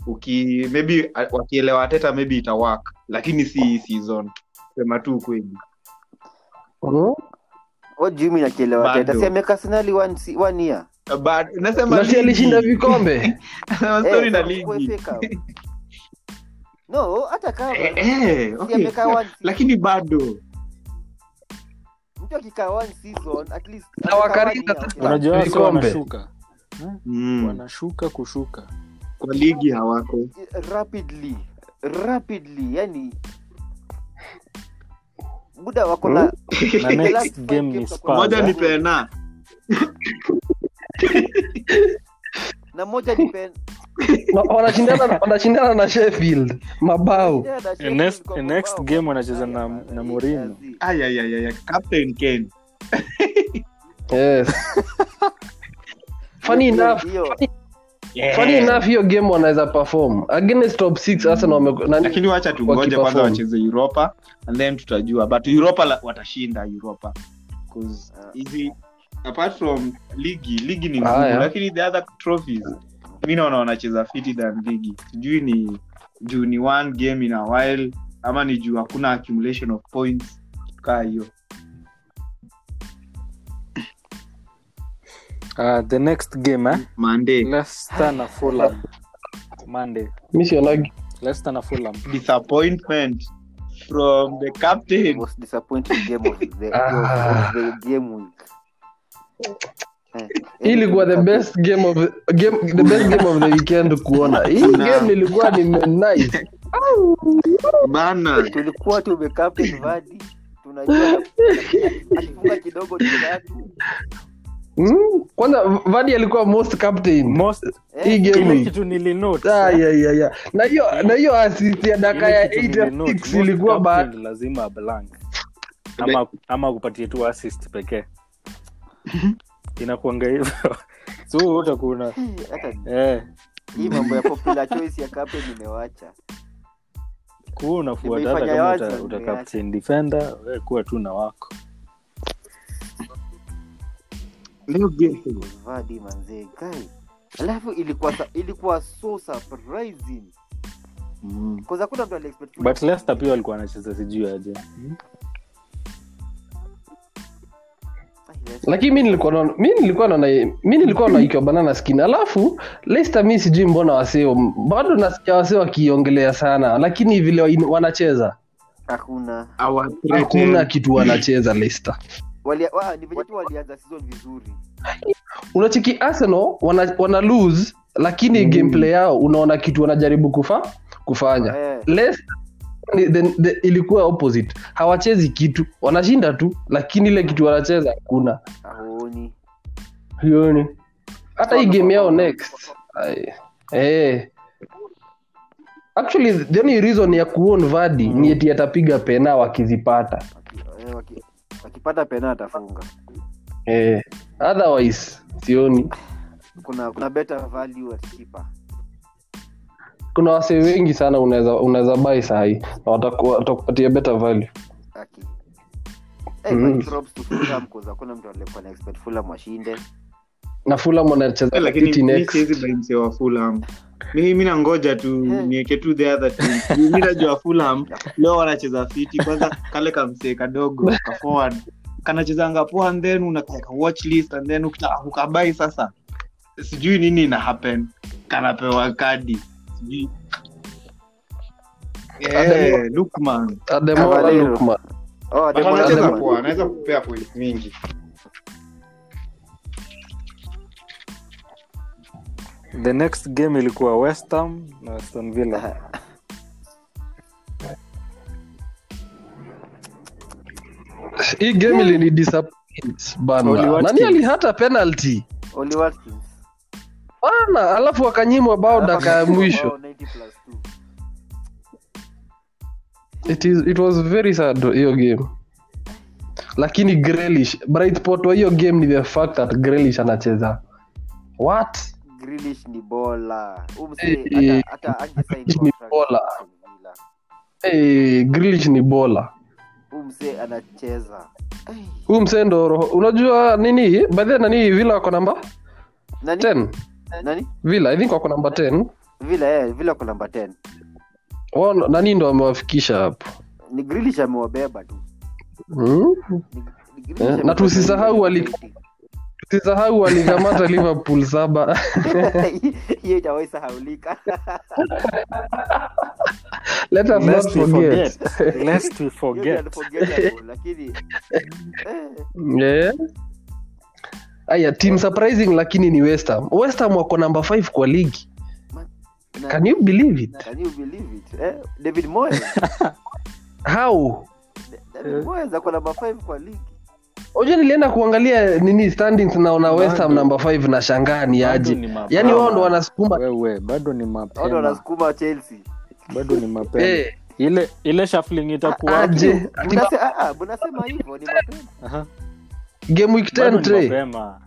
Speaker 4: uki maybe a- wakielewa teta maybe itawak lakini si hii season sema tu kweli
Speaker 1: Mhm.
Speaker 2: What do you mean akielewa
Speaker 4: Bado.
Speaker 2: teta si ameka Arsenal one se- one year
Speaker 4: but nasema
Speaker 1: na si alishinda
Speaker 4: ligi.
Speaker 1: vikombe
Speaker 4: Nasema
Speaker 2: Eh,
Speaker 4: story na
Speaker 2: sasa kwa
Speaker 4: ligi
Speaker 2: FA Cup. no hata kama
Speaker 4: Eh, eh,
Speaker 2: si
Speaker 4: okay.
Speaker 2: amekaa one se-
Speaker 4: lakini bado
Speaker 2: mtu akikaa one season at least
Speaker 1: Na
Speaker 2: amekaa
Speaker 1: wakarina
Speaker 2: one year, okay.
Speaker 1: sasa.
Speaker 3: unajua wase
Speaker 1: Vikombe.
Speaker 3: wanashuka Hmm.
Speaker 4: mm.
Speaker 3: wanashuka kushuka
Speaker 4: kwa ligi hawako
Speaker 2: rapidly rapidly yani muda wako na
Speaker 3: na
Speaker 2: The last
Speaker 3: Hmm? next
Speaker 2: five
Speaker 3: game ni
Speaker 2: games wako-
Speaker 3: Spurs,
Speaker 2: Moja
Speaker 4: moja
Speaker 3: eh.
Speaker 4: ni pena
Speaker 2: na moja ni pen
Speaker 1: Na wanashindana na- wanashindana na sheffield mabao
Speaker 2: Yeah, na
Speaker 3: Eh,
Speaker 2: Sheffield
Speaker 3: next,
Speaker 2: kwa
Speaker 3: eh, next
Speaker 2: mabao.
Speaker 3: game wanacheza
Speaker 2: Haya
Speaker 3: na,
Speaker 2: bana,
Speaker 3: na
Speaker 2: hii
Speaker 3: Mourinho
Speaker 2: kazi.
Speaker 4: ayayayaya captain ken
Speaker 1: yes funny enough
Speaker 2: Hiyo-
Speaker 4: Yeah.
Speaker 1: funny enough hiyo game wanaweza perform against top 6 arsenal wame nani
Speaker 4: lakini wacha tungoje
Speaker 1: Wakiperform.
Speaker 4: kwanza wacheze europa and then tutajua but europa la, watashinda europa 'Cause
Speaker 2: Ah.
Speaker 4: hizi apart from ligi ligi ni ngumu
Speaker 1: Haya.
Speaker 4: lakini the other trophies mi naona wanacheza fiti than ligi sijui ni juu ni one game in a while ama ni juu hakuna accumulation of points kaa hiyo
Speaker 3: Ah, the next game eh?
Speaker 4: monday
Speaker 3: Leicester na Fulham Monday
Speaker 1: mi sionagi
Speaker 3: Leicester na Fulham
Speaker 4: disappointment from the captain
Speaker 2: most disappointing game of the,
Speaker 1: Ah.
Speaker 2: of the game week. Eh,
Speaker 1: hii ilikuwa the best game of the, game, the best game of the weekend kuona hii
Speaker 4: Na-
Speaker 1: game ilikuwa ni nice
Speaker 4: bana
Speaker 2: tulikuwa tumekapten Vardy tunajua akifunga kidogo ni tatu.
Speaker 1: mm? kwanza vadi alikuwa most captain
Speaker 3: most
Speaker 2: Eh,
Speaker 1: hii game
Speaker 3: kile
Speaker 1: week
Speaker 3: kitu nilinote
Speaker 1: Ah, yeah, yeah, yeah. na hiyo na hiyo assist ya daka ya
Speaker 3: Yaani
Speaker 1: 86 ilikuwa bahati
Speaker 3: lazima blank ama, ama kupatie tu assist pekee inakuanga hivyo so utakuna
Speaker 2: hata
Speaker 3: eh,
Speaker 2: hii mambo ya popular choice ya captain nimewacha.
Speaker 3: kuwa unafuata hata
Speaker 2: Nimeifanya
Speaker 3: kama
Speaker 2: wazi,
Speaker 3: uta-
Speaker 2: nimeacha.
Speaker 3: uta captain defender we kuwa tu na wako
Speaker 4: Leo game.
Speaker 2: Vardy manze guy. Alafu ilikuwa sa- ilikuwa so surprising.
Speaker 4: Mm.
Speaker 2: Kwanza kuna mtu aliexpect.
Speaker 3: but Leicester pia walikuwa wanacheza sijui aje
Speaker 2: Ah, Leicester.
Speaker 1: lakini mi nilikuwa naona- mi nilikuwa naona mi nilikuwa naikiwa banana skin alafu Leicester mi sijui mbona waseo bado nasikia wasee wakiongelea sana lakini vile wain- wanacheza
Speaker 2: Hakuna.
Speaker 4: Our eh.
Speaker 1: hakuna
Speaker 4: threaten-
Speaker 1: kitu wanacheza Leicester
Speaker 2: Wali, wa, ni venye tu walianza season vizuri.
Speaker 1: unacheki Arsenal wana, wana lose lakini
Speaker 4: Mm.
Speaker 1: gameplay yao unaona kitu wanajaribu kufa kufanya
Speaker 2: Eh,
Speaker 1: Leicester ni- the- the- ilikuwa opposite hawachezi kitu wanashinda tu lakini ile kitu wanacheza hakuna
Speaker 2: aoni.
Speaker 1: sioni hata hii
Speaker 2: Wako-
Speaker 1: game yao
Speaker 2: wako-
Speaker 1: next Ai- eh actually the only reason ya kuon vadi
Speaker 3: Mm.
Speaker 1: ni eti atapiga pena wakizipata
Speaker 2: Waki- eh, waki- wakipata pena atafunga
Speaker 1: eh otherwise sioni
Speaker 2: kuna kuna better value at cheaper
Speaker 1: kuna wase wengi sana unaweza unaweza bai sahii na wataku- watakupatia better value
Speaker 2: aki Eh,
Speaker 1: Mm.
Speaker 2: but props to Fulham cause hakuna mtu alikuwa na expect Fulham washinde
Speaker 1: na fulam wanacheza
Speaker 4: Eh,
Speaker 1: na
Speaker 4: lakini
Speaker 1: City
Speaker 4: mi
Speaker 1: next
Speaker 4: siwezi blame msee wa Fulham. mi mi nangoja tu
Speaker 2: Hmm.
Speaker 4: nieke tu the other team. Mi- mi najua fulham leo wanacheza fiti kwanza kale kamsee kadogo ka forward kanachezanga poa and then unakaeka watch list and then ukitaka kukabai sasa sijui nini ina happen kanapewa kadi sijui
Speaker 1: Ademola.
Speaker 4: Eh, Lukman.
Speaker 1: Ademola
Speaker 2: Cavalero.
Speaker 1: Lookman.
Speaker 2: Oh,
Speaker 5: But
Speaker 2: Ademola,
Speaker 5: anacheza
Speaker 2: Ademola.
Speaker 5: poa anaweza kupea point mingi
Speaker 3: the next game ilikuwa westham na aston villa
Speaker 1: hii game ilini disappoint bana.
Speaker 3: Oli Watkins.
Speaker 1: nani alihata penalty
Speaker 2: Oli Watkins.
Speaker 1: bana alafu wakanyimwa bao
Speaker 2: Alafu
Speaker 1: daka ya
Speaker 2: amefungwa
Speaker 1: mwisho
Speaker 2: bao 90 plus two.
Speaker 1: it, is, it was very sad hiyo game lakini grelish brightpot wa hiyo game ni the fact that grelish anacheza what
Speaker 2: Grealish ni bola Huyu msee
Speaker 1: Eh,
Speaker 2: hata- hata angesign
Speaker 1: Grealish ni
Speaker 2: contract
Speaker 1: bola.
Speaker 2: na Aston Villa.
Speaker 1: hey, grelish ni bola
Speaker 2: Huyu msee anacheza Eh, Ai,
Speaker 1: huu msendo roho unajua nini badhia nani vila wako namba
Speaker 2: nani
Speaker 1: 10
Speaker 2: nani
Speaker 1: vila i think wako namba 10
Speaker 2: vila eh, vila kwa namba 10
Speaker 1: Wao- nani ndo amewafikisha hapo
Speaker 2: ni Grealish amewabeba tu
Speaker 1: hmm?
Speaker 2: Ni- ni Grealish
Speaker 1: Eh, na
Speaker 2: amewabeba
Speaker 1: tusisahau
Speaker 2: tu.
Speaker 1: wali- sisahau walikamata liverpool saba
Speaker 2: hiyo itawahi sahaulika
Speaker 1: let us not
Speaker 3: Lest we
Speaker 1: forget
Speaker 3: forget. Lest we
Speaker 2: Hiyo
Speaker 3: forget.
Speaker 2: ni unforgettable, lakini eh,
Speaker 1: Yeah. aya team surprising lakini ni West Ham. West Ham wako namba 5 kwa ligi
Speaker 2: na-
Speaker 1: can you believe it
Speaker 2: can you believe it eh? David Moyes
Speaker 1: how
Speaker 2: David Moyes ako namba 5 kwa ligi
Speaker 1: ojo nilienda kuangalia nini standings naona West Ham
Speaker 3: Bado.
Speaker 1: namba 5 na shangaa ni
Speaker 3: Bado
Speaker 1: aje
Speaker 3: ni mapema.
Speaker 1: yaani wao ndo wanasukuma
Speaker 3: Wewe, bado ni
Speaker 2: Wao
Speaker 3: mapema
Speaker 2: wanasukuma Chelsea
Speaker 3: bado ni mapema
Speaker 1: eh,
Speaker 3: ile ile shuffling itakuwa
Speaker 1: aje Ah, Ati
Speaker 2: Mnase- ah, ah, mnasema hivyo ni mapema
Speaker 3: Aha,
Speaker 1: game week 10
Speaker 3: bado ni
Speaker 1: tre
Speaker 3: mapema.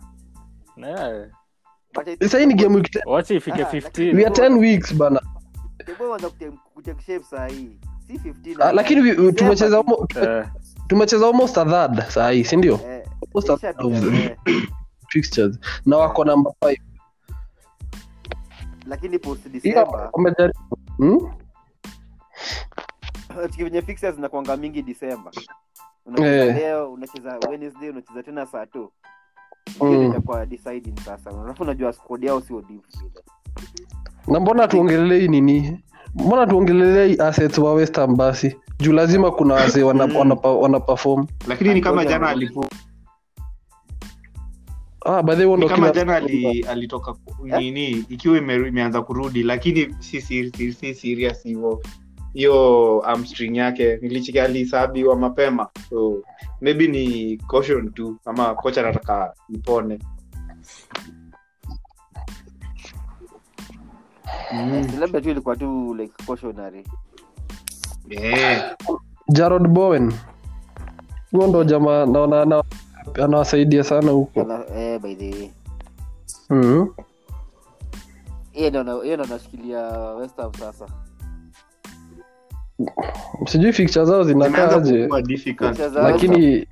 Speaker 3: Eh,
Speaker 2: But I think
Speaker 1: sasa hii ni game week 10
Speaker 3: wacha ifike
Speaker 2: Ah,
Speaker 1: we
Speaker 3: 15
Speaker 1: are 10 weeks bana
Speaker 2: Tebo wanza kutem- kutake shape saa hii. Si 15
Speaker 1: Ah,
Speaker 2: na-
Speaker 1: lakini we-
Speaker 2: Sema
Speaker 1: tumecheza
Speaker 2: tu.
Speaker 1: almo-
Speaker 3: Eh,
Speaker 1: tumecheza almost a third saa hii si ndio
Speaker 2: Eh,
Speaker 1: almost a third of the
Speaker 2: ishapita, eh.
Speaker 1: fixtures na wako namba 5
Speaker 2: lakini post
Speaker 1: hiyo
Speaker 2: December
Speaker 1: wamejaribu hmm?
Speaker 2: tukivenye fixtures zinakuanga mingi December
Speaker 1: Eh.
Speaker 2: unacheza leo unacheza Wednesday unacheza tena saa 2 hiyo
Speaker 1: Mm.
Speaker 2: ndio itakuwa deciding sasa alafu unajua squad yao sio deep vile
Speaker 1: na mbona tuongelelei nini mbona tuongelelei assets wa West Ham basi juu lazima kuna wase wana,
Speaker 4: Mm.
Speaker 1: wana, wana perform
Speaker 4: lakini ni kama
Speaker 2: Ngoja
Speaker 4: jana
Speaker 2: ngoja.
Speaker 4: alifu-
Speaker 1: ah by the way
Speaker 4: ni
Speaker 1: ndo
Speaker 4: kama
Speaker 1: kila
Speaker 4: jana ali, alitoka ku-
Speaker 2: Eh?
Speaker 4: nini ikiwa ime- imeanza kurudi lakini si, si, si, si serious hivyo hiyo amstring yake nilichiki alihesabiwa mapema so maybe ni caution tu ama kocha anataka nipone mm.
Speaker 2: Eh, labda tu ilikuwa tu like cautionary
Speaker 4: Eh, yeah.
Speaker 1: Jarrod Bowen huo ndo jamaa naona ana- anawasaidia sana huko
Speaker 2: Ana- eh by the way
Speaker 1: mm.
Speaker 2: hiyo ndio na- hiyo ndio nashikilia West Ham sasa
Speaker 1: sijui fixture zao
Speaker 4: Zimeanza
Speaker 1: zinakaaje
Speaker 4: kuwa difficult.
Speaker 2: Fixtures za West Ham-
Speaker 1: lakini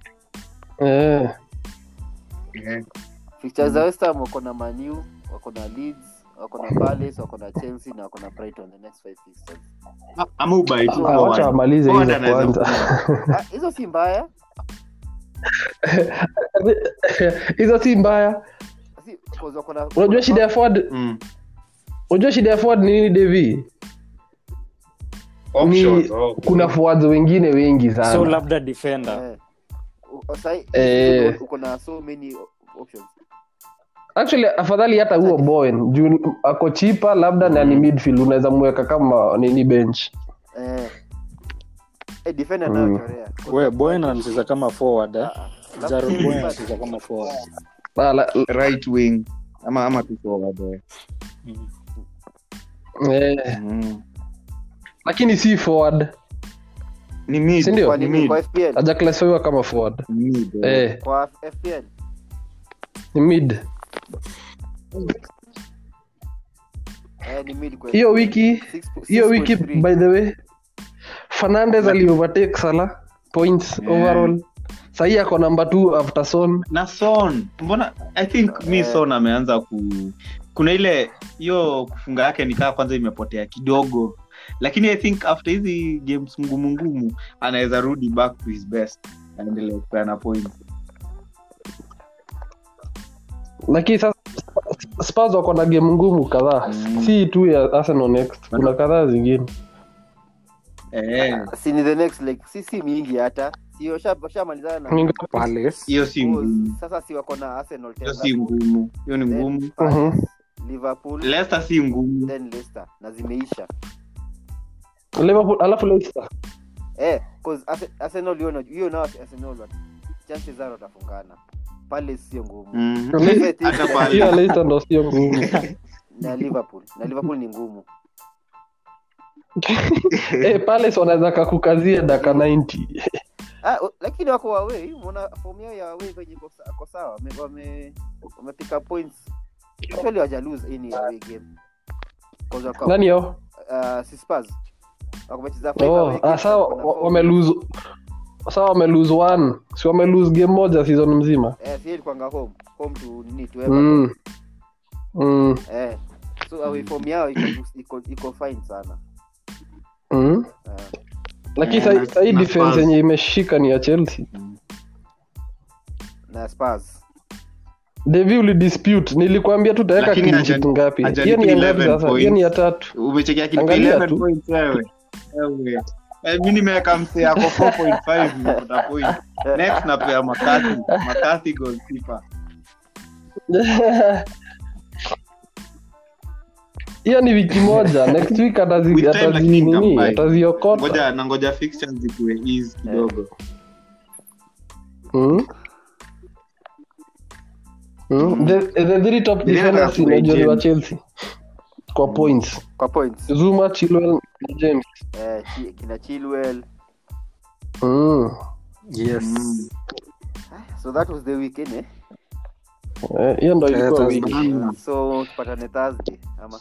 Speaker 1: eh,
Speaker 4: Yeah.
Speaker 2: fixtures za West Ham wako na Manu, wako na Leeds, wako na Palace, wako na Chelsea na wako na Brighton the next five fixtures.
Speaker 4: A- ama ubai tu
Speaker 1: ah, wacha
Speaker 4: forward.
Speaker 1: wamalize
Speaker 4: Forward
Speaker 1: hizo
Speaker 4: anaweza
Speaker 1: kwanza
Speaker 2: Ah, Hizo si mbaya.
Speaker 1: hizo si mbaya
Speaker 2: Si cause wako na
Speaker 1: unajua shida ya forward
Speaker 4: Mm.
Speaker 1: unajua shida ya forward ni nini Devi
Speaker 4: Options,
Speaker 1: ni
Speaker 4: oh.
Speaker 1: kuna forwards wengine wengi sana
Speaker 3: so labda defender
Speaker 2: Eh, u- sai-
Speaker 1: Eh.
Speaker 2: uko- uko na so many o- options.
Speaker 1: actually afadhali hata huo bowen juu ako chipa labda na
Speaker 4: Mm.
Speaker 1: ni midfield unaweza mweka kama nini bench
Speaker 2: Eh. Eh, defender
Speaker 1: Mm.
Speaker 2: nayo chorea.
Speaker 3: we boyn anacheza kama forward eh?
Speaker 2: Ah, ah.
Speaker 3: Jarrod
Speaker 2: Alafu
Speaker 3: Bowen
Speaker 2: Chelsea
Speaker 3: anacheza kama forward
Speaker 1: Ah, la- la-
Speaker 4: right wing ama ama tu forward eh.
Speaker 1: eh,
Speaker 4: mm.
Speaker 1: lakini si forward
Speaker 4: ni mid
Speaker 1: Sindio?
Speaker 2: kwa
Speaker 4: ni
Speaker 2: nini?
Speaker 4: mid
Speaker 2: Kwa FPL?
Speaker 1: hajaklasifiwa kama forward
Speaker 4: mid eh.
Speaker 1: eh,
Speaker 2: Kwa FPL?
Speaker 1: ni mid
Speaker 2: Eh, ni mid kwa
Speaker 1: hiyo
Speaker 2: FPL.
Speaker 1: wiki
Speaker 2: Six po-
Speaker 1: hiyo
Speaker 2: 6.3.
Speaker 1: wiki by the way fernandes aliovertake sala points
Speaker 4: Mm. Yeah.
Speaker 1: overall sahii ako namba t after son
Speaker 4: na son mbona i think mi
Speaker 2: Eh.
Speaker 4: son ameanza ku kuna ile hiyo kufunga yake nikaa kwanza imepotea kidogo lakini i think after hizi games ngumu ngumu anaweza rudi back to his best aendelee kupeana points
Speaker 1: lakini sasa spurs wako na game ngumu kadhaa
Speaker 4: Mm.
Speaker 1: si tu ya arsenal next kuna kadhaa zingine
Speaker 4: Eh,
Speaker 2: si ni the next like si si mingi hata sio sha- shamalizana na
Speaker 1: Mingi-
Speaker 3: Palace.
Speaker 4: hiyo si ngumu
Speaker 2: sasa si wako na arsenal
Speaker 4: hiyo
Speaker 2: tena
Speaker 4: si ngumu hiyo ni
Speaker 2: Then
Speaker 4: ngumu
Speaker 2: Palace,
Speaker 1: Mhm.
Speaker 2: liverpool
Speaker 4: leicester si ngumu
Speaker 2: then leicester na zimeisha
Speaker 1: liverpool alafu leicester
Speaker 2: eh cause Arse- arsenal hiyo na- hiyo nao arsenal wat- chances zao watafungana palace sio ngumu
Speaker 4: Mhm.
Speaker 2: Leicester-
Speaker 4: Hata pale.
Speaker 1: hiyo ya leicester ndo sio ngumu
Speaker 2: na liverpool na liverpool ni ngumu
Speaker 1: eh palace wanaweza kakukazia daka 90
Speaker 2: ah, o- lakini wako away umeona form yao ya away kwenye iko sa- iko sawa Wame- wame wamepika points actually wajalose
Speaker 1: Ah.
Speaker 2: any away game cause
Speaker 4: Oh.
Speaker 2: wako
Speaker 1: nani yao
Speaker 2: uh, si Spurs. Wako wamecheza five away
Speaker 1: oh,
Speaker 2: games,
Speaker 1: ah, saa
Speaker 2: wako na four.
Speaker 1: wamelose saa wamelose one si wamelose game moja season mzima
Speaker 2: eh si ilikuwanga home home to nini to Everton.
Speaker 1: mm. Mm.
Speaker 2: eh so away form yao iko iko iko fine sana
Speaker 1: Mm.
Speaker 2: eh,
Speaker 1: lakini
Speaker 4: Eh,
Speaker 1: sa-
Speaker 4: na-
Speaker 1: sahii
Speaker 4: na
Speaker 1: defense
Speaker 4: Spurs.
Speaker 1: yenye imeshika ni ya chelsea
Speaker 2: na Spurs.
Speaker 1: devi ulidispute nilikwambia tutaweka
Speaker 4: Lakini
Speaker 1: clean sheet
Speaker 4: haja-
Speaker 1: ngapi
Speaker 4: haja
Speaker 1: hiyo ni ya
Speaker 4: ni
Speaker 1: ngapi
Speaker 4: 11
Speaker 1: sasa hiyo ni ya
Speaker 4: points.
Speaker 1: tatu
Speaker 4: umechekia kitu
Speaker 1: Angalia
Speaker 4: 11
Speaker 1: tu.
Speaker 4: points wewe wewe Eh, mi nimeweka mse yako 4.5 nimepata point next napea makati makati goalkeeper
Speaker 1: hiyo ni wiki moja next week atazi-
Speaker 4: With time,
Speaker 1: atazi-
Speaker 4: lakini
Speaker 1: nini,
Speaker 4: nitambai.
Speaker 1: ataziokota
Speaker 4: ngoja na ngoja fixtures zikuwe easy kidogo
Speaker 1: Mm. Mm. the the three top
Speaker 4: Niliona
Speaker 1: defenders
Speaker 4: kuna
Speaker 1: inajua ni wa
Speaker 4: James.
Speaker 1: chelsea kwa points
Speaker 2: kwa points
Speaker 1: zuma chilwell na james
Speaker 2: eh chi- kina Chilwell
Speaker 1: mm.
Speaker 4: Mm.
Speaker 2: Ah, so that was the weekend eh
Speaker 1: Eh, hiyo ndo ilikuwa
Speaker 3: Tazama.
Speaker 1: wiki
Speaker 4: Mm.
Speaker 2: so tupatane Thursday ama